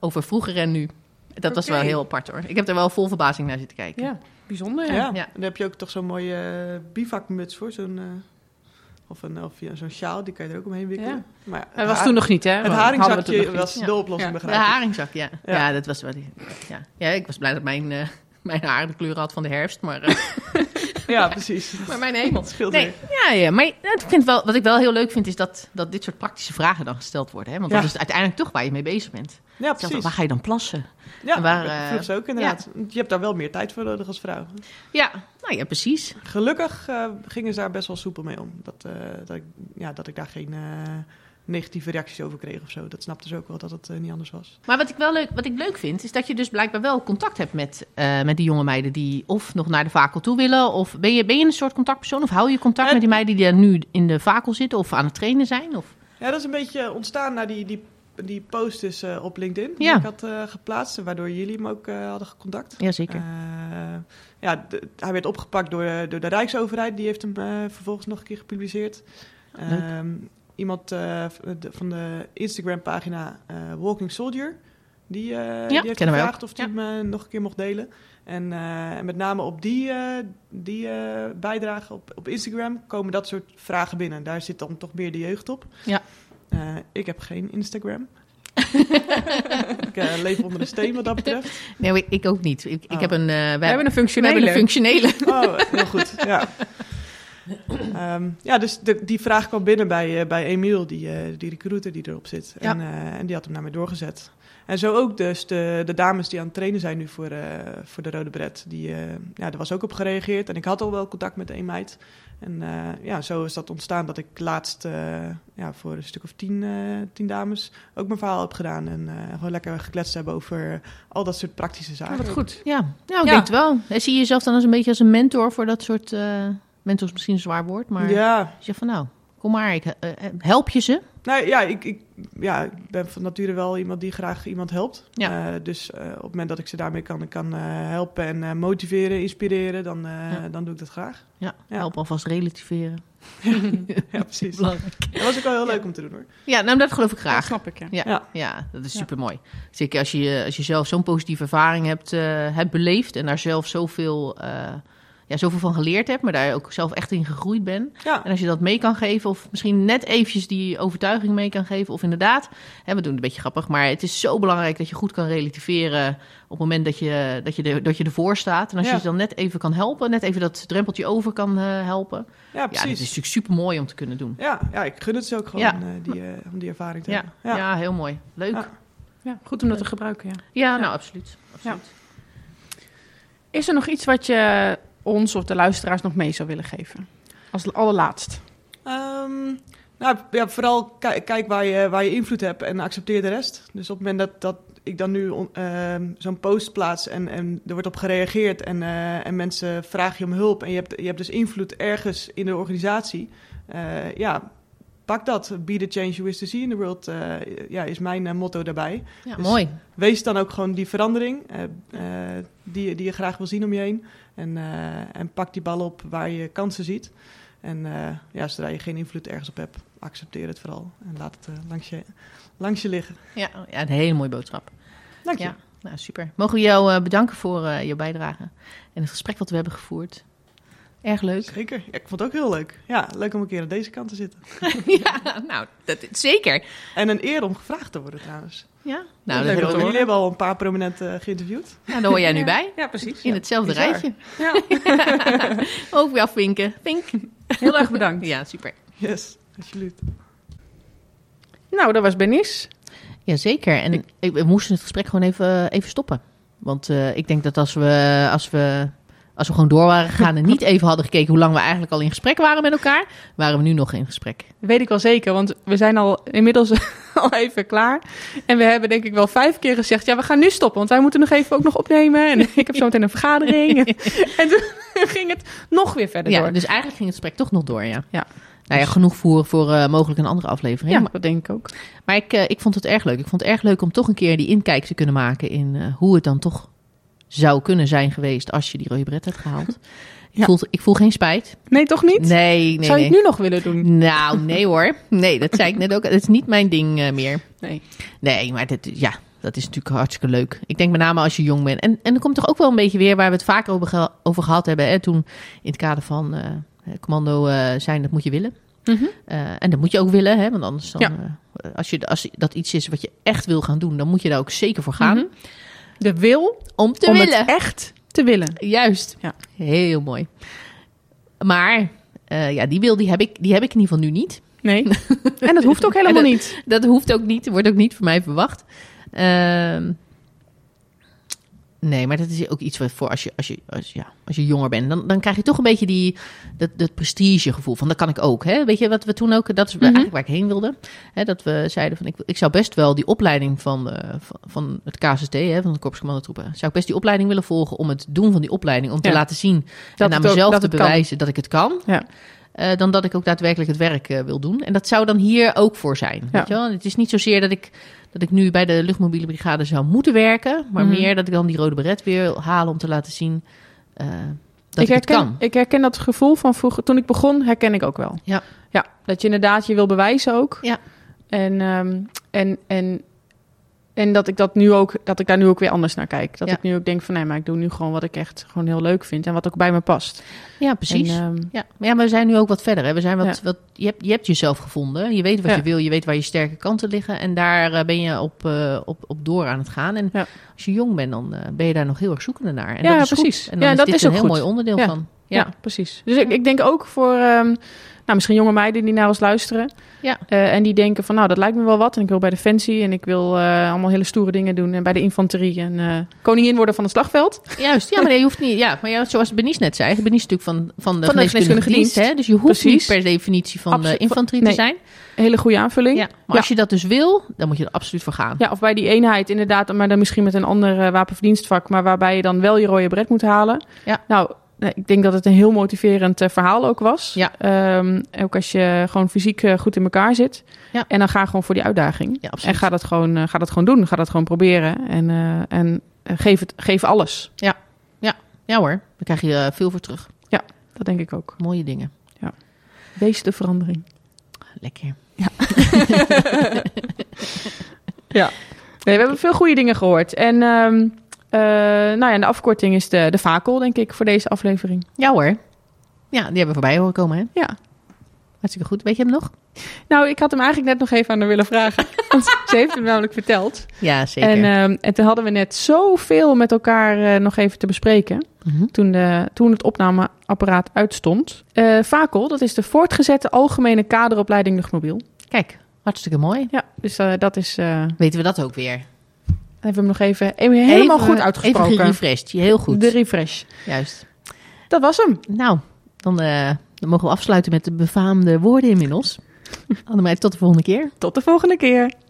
[SPEAKER 2] over vroeger en nu. Dat was wel
[SPEAKER 5] Oké.
[SPEAKER 2] heel apart, hoor. Ik heb er wel vol verbazing naar zitten kijken.
[SPEAKER 1] Ja, bijzonder.
[SPEAKER 3] Ja.
[SPEAKER 1] Oh Ja.
[SPEAKER 3] En daar heb je ook toch zo'n mooie eh, bivakmuts voor. Zo'n, eh, of een, of ja, zo'n sjaal, die kan je er ook omheen wikkelen.
[SPEAKER 1] Ja.
[SPEAKER 3] Maar ja,
[SPEAKER 1] Dat was
[SPEAKER 3] haar-
[SPEAKER 1] toen nog niet, hè?
[SPEAKER 3] Het
[SPEAKER 1] Hadden we toen
[SPEAKER 3] haringzakje
[SPEAKER 1] nog niet.
[SPEAKER 3] was
[SPEAKER 2] Ja.
[SPEAKER 3] de oplossing,
[SPEAKER 5] Ja.
[SPEAKER 2] De
[SPEAKER 3] begrijp ik.
[SPEAKER 2] haringzak, ja. ja.
[SPEAKER 3] Ja.
[SPEAKER 2] dat was wel... die- Ja. ja, ik was blij dat mijn, eh, mijn haar de kleur had van de herfst, maar, eh,
[SPEAKER 3] Ja, precies.
[SPEAKER 2] maar mijn hemel.
[SPEAKER 3] Dat scheelt
[SPEAKER 2] Nee,
[SPEAKER 3] weer.
[SPEAKER 2] ja, ja, maar nou, ik vind wel, wat ik wel heel leuk vind, is dat, dat dit soort praktische vragen dan gesteld worden. Hè? Want dat
[SPEAKER 3] Ja.
[SPEAKER 2] is het uiteindelijk toch waar je mee bezig bent.
[SPEAKER 3] Ja,
[SPEAKER 2] Zelfs,
[SPEAKER 3] precies.
[SPEAKER 2] waar ga je dan plassen?
[SPEAKER 3] Ja,
[SPEAKER 2] waar,
[SPEAKER 3] dat
[SPEAKER 2] eh,
[SPEAKER 3] vroeg ze ook inderdaad. Je hebt daar wel meer tijd voor nodig als vrouw.
[SPEAKER 2] Ja, nou ja, precies.
[SPEAKER 3] Gelukkig eh, gingen ze daar best wel soepel mee om. Dat, eh, dat, ik, ja, dat ik daar geen eh, negatieve reacties over kreeg of zo. Dat snapte ze ook wel dat het eh, niet anders was.
[SPEAKER 2] Maar wat ik wel leuk, wat ik leuk vind, is dat je dus blijkbaar wel contact hebt met, eh, met die jonge meiden die of nog naar de vakel toe willen. Of ben je, ben je een soort contactpersoon? Of hou je contact
[SPEAKER 3] Eh,
[SPEAKER 2] met die meiden die daar nu in de vakel zitten of aan het trainen zijn? Of?
[SPEAKER 3] Ja, dat is een beetje ontstaan na die, die, die post dus, eh, op LinkedIn
[SPEAKER 2] Ja.
[SPEAKER 3] die ik had eh, geplaatst. en Waardoor jullie hem ook eh, hadden contact.
[SPEAKER 2] Jazeker.
[SPEAKER 3] Eh, ja, d- hij werd opgepakt door, eh, door de Rijksoverheid. Die heeft hem eh, vervolgens nog een keer gepubliceerd.
[SPEAKER 2] Leuk.
[SPEAKER 3] Ehm, iemand eh, v- de- van de Instagram-pagina eh, Walking Soldier. Die, eh, die heeft
[SPEAKER 2] kennen wij
[SPEAKER 3] gevraagd of hij hem eh, nog een keer mocht delen. En, eh, en met name op die, eh, die eh, bijdrage op, op Instagram komen dat soort vragen binnen. Daar zit dan toch meer de jeugd op.
[SPEAKER 2] Ja.
[SPEAKER 3] Eh, ik heb geen Instagram. ik eh, leef onder de steen wat dat betreft.
[SPEAKER 2] Nee, maar ik- ik ook niet. Ik, ik
[SPEAKER 3] Oh.
[SPEAKER 2] heb een, eh, wij-
[SPEAKER 1] We hebben een
[SPEAKER 2] we hebben een
[SPEAKER 1] functionele.
[SPEAKER 2] functionele.
[SPEAKER 3] Oh, heel goed. Ja, Ehm, ja dus de- die vraag kwam binnen bij, eh, bij Emiel, die, eh, die recruiter die erop zit.
[SPEAKER 2] Ja.
[SPEAKER 3] En, eh, en die had hem naar mij doorgezet. En zo ook dus de, de dames die aan het trainen zijn nu voor, eh, voor de Rode Bret. Die, eh, ja, daar was ook op gereageerd. En ik had al wel contact met een meid. En eh, ja, zo is dat ontstaan dat ik laatst eh, ja, voor een stuk of tien, eh, tien dames ook mijn verhaal heb gedaan. En eh, gewoon lekker gekletst hebben over al dat soort praktische zaken.
[SPEAKER 1] Wat goed.
[SPEAKER 2] Ja, nou, ik
[SPEAKER 5] Ja.
[SPEAKER 2] denk het wel. En zie je jezelf dan als een beetje als een mentor voor dat soort... eh mentor is misschien een zwaar woord, maar...
[SPEAKER 3] Ja,
[SPEAKER 2] Je zegt van nou, kom maar, ik, eh, eh, help je ze?
[SPEAKER 3] Nou ja ik, ik, ja, ik ben van nature wel iemand die graag iemand helpt.
[SPEAKER 2] Ja.
[SPEAKER 3] Eh, dus eh, op het moment dat ik ze daarmee kan, kan eh, helpen en eh, motiveren, inspireren, dan, eh,
[SPEAKER 2] Ja.
[SPEAKER 3] dan doe ik dat graag.
[SPEAKER 2] Ja,
[SPEAKER 3] Ja.
[SPEAKER 2] help alvast relativeren.
[SPEAKER 3] Ja, precies.
[SPEAKER 2] Belangrijk.
[SPEAKER 3] Dat was ook wel heel leuk om te doen hoor.
[SPEAKER 2] Ja, nou, dat geloof ik graag.
[SPEAKER 1] Dat snap ik, ja.
[SPEAKER 2] Ja,
[SPEAKER 3] Ja.
[SPEAKER 2] ja. dat is super mooi. Zeker als je, als je zelf zo'n positieve ervaring hebt, eh, hebt beleefd en daar zelf zoveel, eh, ja, zoveel van geleerd hebt, maar daar ook zelf echt in gegroeid bent.
[SPEAKER 3] Ja.
[SPEAKER 2] En als je dat mee kan geven, of misschien net eventjes die overtuiging mee kan geven, of inderdaad, hè, we doen het een beetje grappig, maar het is zo belangrijk dat je goed kan relativeren op het moment dat je, dat je, de, dat je ervoor staat. En als
[SPEAKER 3] Ja.
[SPEAKER 2] je ze dan net even kan helpen, net even dat drempeltje over kan eh, helpen.
[SPEAKER 3] Ja,
[SPEAKER 2] Ja, dat is
[SPEAKER 3] precies.
[SPEAKER 2] natuurlijk super mooi om te kunnen doen.
[SPEAKER 3] Ja, ja, ik gun het ze ook gewoon
[SPEAKER 2] Ja.
[SPEAKER 3] eh, die, eh, om die ervaring te
[SPEAKER 2] Ja,
[SPEAKER 3] hebben.
[SPEAKER 2] ja. heel mooi. Leuk.
[SPEAKER 3] Ja.
[SPEAKER 2] Ja,
[SPEAKER 1] Ja, goed om dat te gebruiken, ja.
[SPEAKER 2] nou absoluut. absoluut.
[SPEAKER 1] Is er nog iets wat je ons of de luisteraars nog mee zou willen geven? Als allerlaatst.
[SPEAKER 3] Ehm, nou ja, vooral ki- kijk waar je, waar je invloed hebt en accepteer de rest. Dus op het moment dat, dat ik dan nu on- ehm, zo'n post plaats en, en er wordt op gereageerd en, eh, en mensen vragen je om hulp en je hebt, je hebt dus invloed ergens in de organisatie. eh, ja, pak dat. Be the change you wish to see in the world eh, ja, is mijn eh, motto daarbij.
[SPEAKER 2] Ja,
[SPEAKER 3] Dus-
[SPEAKER 2] mooi.
[SPEAKER 3] Wees dan ook gewoon die verandering eh, eh, die, je- die je graag wil zien om je heen. En, eh, en pak die bal op waar je kansen ziet. En eh, ja, zodra je geen invloed ergens op hebt, accepteer het vooral. En laat het eh, langs, je, langs je liggen.
[SPEAKER 2] Ja, ja, een hele mooie boodschap.
[SPEAKER 3] Dank je.
[SPEAKER 2] Ja, nou, super. Mogen we jou eh, bedanken voor eh je bijdrage en het gesprek wat we hebben gevoerd. Erg leuk.
[SPEAKER 3] Zeker. Ja, ik vond het ook heel leuk. Ja, leuk om een keer aan deze kant te zitten.
[SPEAKER 2] ja, nou, dat, zeker.
[SPEAKER 3] En een eer om gevraagd te worden trouwens.
[SPEAKER 2] Ja,
[SPEAKER 3] Leuk
[SPEAKER 2] nou, dat
[SPEAKER 3] om-
[SPEAKER 2] hebben we
[SPEAKER 3] Jullie
[SPEAKER 2] door.
[SPEAKER 3] hebben al een paar prominent eh, geïnterviewd.
[SPEAKER 2] Nou, daar hoor jij nu bij.
[SPEAKER 5] Ja, precies.
[SPEAKER 2] In hetzelfde
[SPEAKER 3] bizar.
[SPEAKER 2] rijtje.
[SPEAKER 5] Ja.
[SPEAKER 2] Ook weer afvinken. Vink.
[SPEAKER 1] Heel erg bedankt.
[SPEAKER 2] Ja, super.
[SPEAKER 3] Yes, alsjeblieft.
[SPEAKER 1] Nou, dat was Benis.
[SPEAKER 2] Jazeker. En ik, we moesten het gesprek gewoon even, even stoppen. Want eh, ik denk dat als we, als, we, als we gewoon door waren gegaan en niet even hadden gekeken hoe lang we eigenlijk al in gesprek waren met elkaar, waren we nu nog in gesprek.
[SPEAKER 1] Weet ik wel zeker, want we zijn al inmiddels al even klaar. En we hebben denk ik wel vijf keer gezegd, ja, we gaan nu stoppen, want wij moeten nog even ook nog opnemen. En ik heb zo meteen een vergadering. En, en toen ging het nog weer verder
[SPEAKER 2] Ja,
[SPEAKER 1] door.
[SPEAKER 2] dus eigenlijk ging het gesprek toch nog door, ja.
[SPEAKER 1] Ja. Dus-
[SPEAKER 2] Nou ja, genoeg voer voor eh, mogelijk een andere aflevering.
[SPEAKER 1] Ja,
[SPEAKER 2] Maar,
[SPEAKER 1] dat denk ik ook.
[SPEAKER 2] maar ik, eh, ik vond het erg leuk. Ik vond het erg leuk om toch een keer die inkijk te kunnen maken in eh, hoe het dan toch zou kunnen zijn geweest als je die rode bret hebt gehaald.
[SPEAKER 1] Ja.
[SPEAKER 2] ik, voel, ik voel geen spijt.
[SPEAKER 1] Nee, toch niet?
[SPEAKER 2] Nee, nee,
[SPEAKER 1] Zou je
[SPEAKER 2] nee.
[SPEAKER 1] het nu nog willen doen?
[SPEAKER 2] Nou, nee hoor. Nee, dat zei ik net ook. Het is niet mijn ding eh, meer.
[SPEAKER 1] Nee.
[SPEAKER 2] Nee, maar dat, ja, dat is natuurlijk hartstikke leuk. Ik denk met name als je jong bent. En, en er komt toch ook wel een beetje weer waar we het vaker over, ge- over gehad hebben. Hè, toen in het kader van eh, commando eh, zijn, dat moet je willen. Eh, en dat moet je ook willen, hè, want anders dan,
[SPEAKER 1] Ja.
[SPEAKER 2] eh, als, je, als dat iets is wat je echt wil gaan doen, dan moet je daar ook zeker voor gaan.
[SPEAKER 1] De wil
[SPEAKER 2] Om Mhm. te
[SPEAKER 1] Mhm. om
[SPEAKER 2] willen.
[SPEAKER 1] het echt te willen.
[SPEAKER 2] Juist.
[SPEAKER 1] Ja.
[SPEAKER 2] Heel mooi. Maar eh, ja, die wil die heb, ik, die heb ik in ieder geval nu niet.
[SPEAKER 1] Nee. En dat hoeft ook helemaal
[SPEAKER 2] En dat-
[SPEAKER 1] niet.
[SPEAKER 2] Dat hoeft ook niet, wordt ook niet van mij verwacht. Ehm, nee, maar dat is ook iets wat voor als je, als je, als, ja, als je jonger bent, dan, dan krijg je toch een beetje die, dat, dat prestigegevoel van dat kan ik ook. Hè? Weet je wat we toen ook, dat is eigenlijk waar ik heen wilde. Hè, dat we zeiden van ik, ik zou best wel die opleiding van, eh, van, van het KST, hè, van de Korpscommandotroepen, zou ik best die opleiding willen volgen om het doen van die opleiding, om te
[SPEAKER 1] Ja.
[SPEAKER 2] laten zien
[SPEAKER 1] Dat
[SPEAKER 2] en aan
[SPEAKER 1] het ook-
[SPEAKER 2] mezelf
[SPEAKER 1] dat
[SPEAKER 2] te
[SPEAKER 1] het kan.
[SPEAKER 2] bewijzen dat ik het kan.
[SPEAKER 1] Ja.
[SPEAKER 2] eh, dan dat ik ook daadwerkelijk het werk eh, wil doen. En dat zou dan hier ook voor zijn.
[SPEAKER 1] Ja.
[SPEAKER 2] Weet je wel? En Het is niet zozeer dat ik, dat ik nu bij de luchtmobiele brigade zou moeten werken. Maar
[SPEAKER 1] Mhm.
[SPEAKER 2] meer dat ik dan die rode beret weer wil halen om te laten zien eh, dat ik,
[SPEAKER 1] herken,
[SPEAKER 2] het kan.
[SPEAKER 1] ik herken dat gevoel van vroeger, toen ik begon, herken ik ook wel.
[SPEAKER 2] Ja.
[SPEAKER 1] ja dat je inderdaad je wil bewijzen ook.
[SPEAKER 2] Ja.
[SPEAKER 1] En, ehm, en, en, en dat ik dat nu ook, dat ik daar nu ook weer anders naar kijk. Dat
[SPEAKER 2] Ja.
[SPEAKER 1] ik nu ook denk van nee, maar ik doe nu gewoon wat ik echt gewoon heel leuk vind en wat ook bij me past.
[SPEAKER 2] Ja, precies.
[SPEAKER 1] En, ehm,
[SPEAKER 2] ja. Maar ja, maar we zijn nu ook wat verder. Hè? We zijn wat,
[SPEAKER 1] Ja.
[SPEAKER 2] wat, je, hebt, je hebt jezelf gevonden. Je weet wat
[SPEAKER 1] Ja.
[SPEAKER 2] je wil. Je weet waar je sterke kanten liggen. En daar eh, ben je op, eh, op, op door aan het gaan. En
[SPEAKER 1] Ja.
[SPEAKER 2] als je jong bent, dan eh, ben je daar nog heel erg zoekende naar. En
[SPEAKER 1] Ja,
[SPEAKER 2] dat is
[SPEAKER 1] precies.
[SPEAKER 2] Goed. En dan
[SPEAKER 1] Ja,
[SPEAKER 2] is
[SPEAKER 1] dat
[SPEAKER 2] dit
[SPEAKER 1] is
[SPEAKER 2] een
[SPEAKER 1] ook
[SPEAKER 2] heel
[SPEAKER 1] goed.
[SPEAKER 2] mooi onderdeel
[SPEAKER 1] Ja.
[SPEAKER 2] van.
[SPEAKER 1] ja. precies. Dus ik, ik denk ook voor ehm, nou, misschien jonge meiden die naar ons luisteren.
[SPEAKER 2] Ja.
[SPEAKER 1] Eh, en die denken van nou, dat lijkt me wel wat. En ik wil bij Defensie en ik wil eh, allemaal hele stoere dingen doen. En bij de infanterie en eh, koningin worden van het slagveld.
[SPEAKER 2] Juist, ja, maar je hoeft niet. Ja, maar ja, zoals Benice net zei, Benice is natuurlijk van, van de
[SPEAKER 1] Van de geneeskundige
[SPEAKER 2] geneeskundige dienst.
[SPEAKER 1] dienst.
[SPEAKER 2] Hè? Dus je hoeft
[SPEAKER 1] Precies.
[SPEAKER 2] niet per definitie van de
[SPEAKER 1] Absoluut.
[SPEAKER 2] infanterie
[SPEAKER 1] Nee.
[SPEAKER 2] te zijn.
[SPEAKER 1] Hele goede aanvulling.
[SPEAKER 2] Ja. Maar als je dat dus wil, dan moet je er absoluut voor gaan.
[SPEAKER 1] Ja, of bij die eenheid inderdaad, maar dan misschien met een ander eh, wapenverdienstvak, maar waarbij je dan wel je rode bret moet halen.
[SPEAKER 2] Ja.
[SPEAKER 1] Nou, eh, ik denk dat het een heel motiverend eh, verhaal ook was.
[SPEAKER 2] Ja.
[SPEAKER 1] Ehm, ook als je gewoon fysiek eh, goed in elkaar zit.
[SPEAKER 2] Ja.
[SPEAKER 1] En dan ga gewoon voor die uitdaging.
[SPEAKER 2] Ja, absoluut.
[SPEAKER 1] en ga dat, gewoon, eh, ga dat gewoon doen. Ga dat gewoon proberen. En, eh, en eh, geef, het, geef alles.
[SPEAKER 2] Ja hoor, daar krijg je eh, veel voor terug.
[SPEAKER 1] Dat denk ik ook.
[SPEAKER 2] Mooie dingen.
[SPEAKER 1] Ja. Wees de verandering.
[SPEAKER 2] Lekker.
[SPEAKER 1] Nee, we hebben veel goede dingen gehoord. En ehm, eh, nou ja, en de afkorting is de, de vakel, denk ik, voor deze aflevering.
[SPEAKER 2] Ja hoor. Ja, die hebben we voorbij horen komen, hè?
[SPEAKER 1] Ja.
[SPEAKER 2] Hartstikke goed. Weet je hem nog?
[SPEAKER 1] Nou, ik had hem eigenlijk net nog even aan haar willen vragen. Want ze heeft hem namelijk verteld.
[SPEAKER 2] Ja, zeker.
[SPEAKER 1] En, ehm, en toen hadden we net zoveel met elkaar eh, nog even te bespreken.
[SPEAKER 2] Mhm.
[SPEAKER 1] Toen, de, toen het opnameapparaat uitstond. Eh VAKEL, dat is de voortgezette algemene kaderopleiding luchtmobiel.
[SPEAKER 2] Kijk, hartstikke mooi.
[SPEAKER 1] Ja, dus eh, dat is... eh,
[SPEAKER 2] Weten we dat ook weer.
[SPEAKER 1] hebben we hem nog even, even helemaal
[SPEAKER 2] Even-
[SPEAKER 1] goed uitgesproken.
[SPEAKER 2] Even gerefreshed. Heel goed.
[SPEAKER 1] De refresh.
[SPEAKER 2] Juist.
[SPEAKER 1] Dat was hem.
[SPEAKER 2] Nou, dan, eh, dan mogen we afsluiten met de befaamde woorden inmiddels. Annemarie, tot de volgende keer.
[SPEAKER 1] Tot de volgende keer.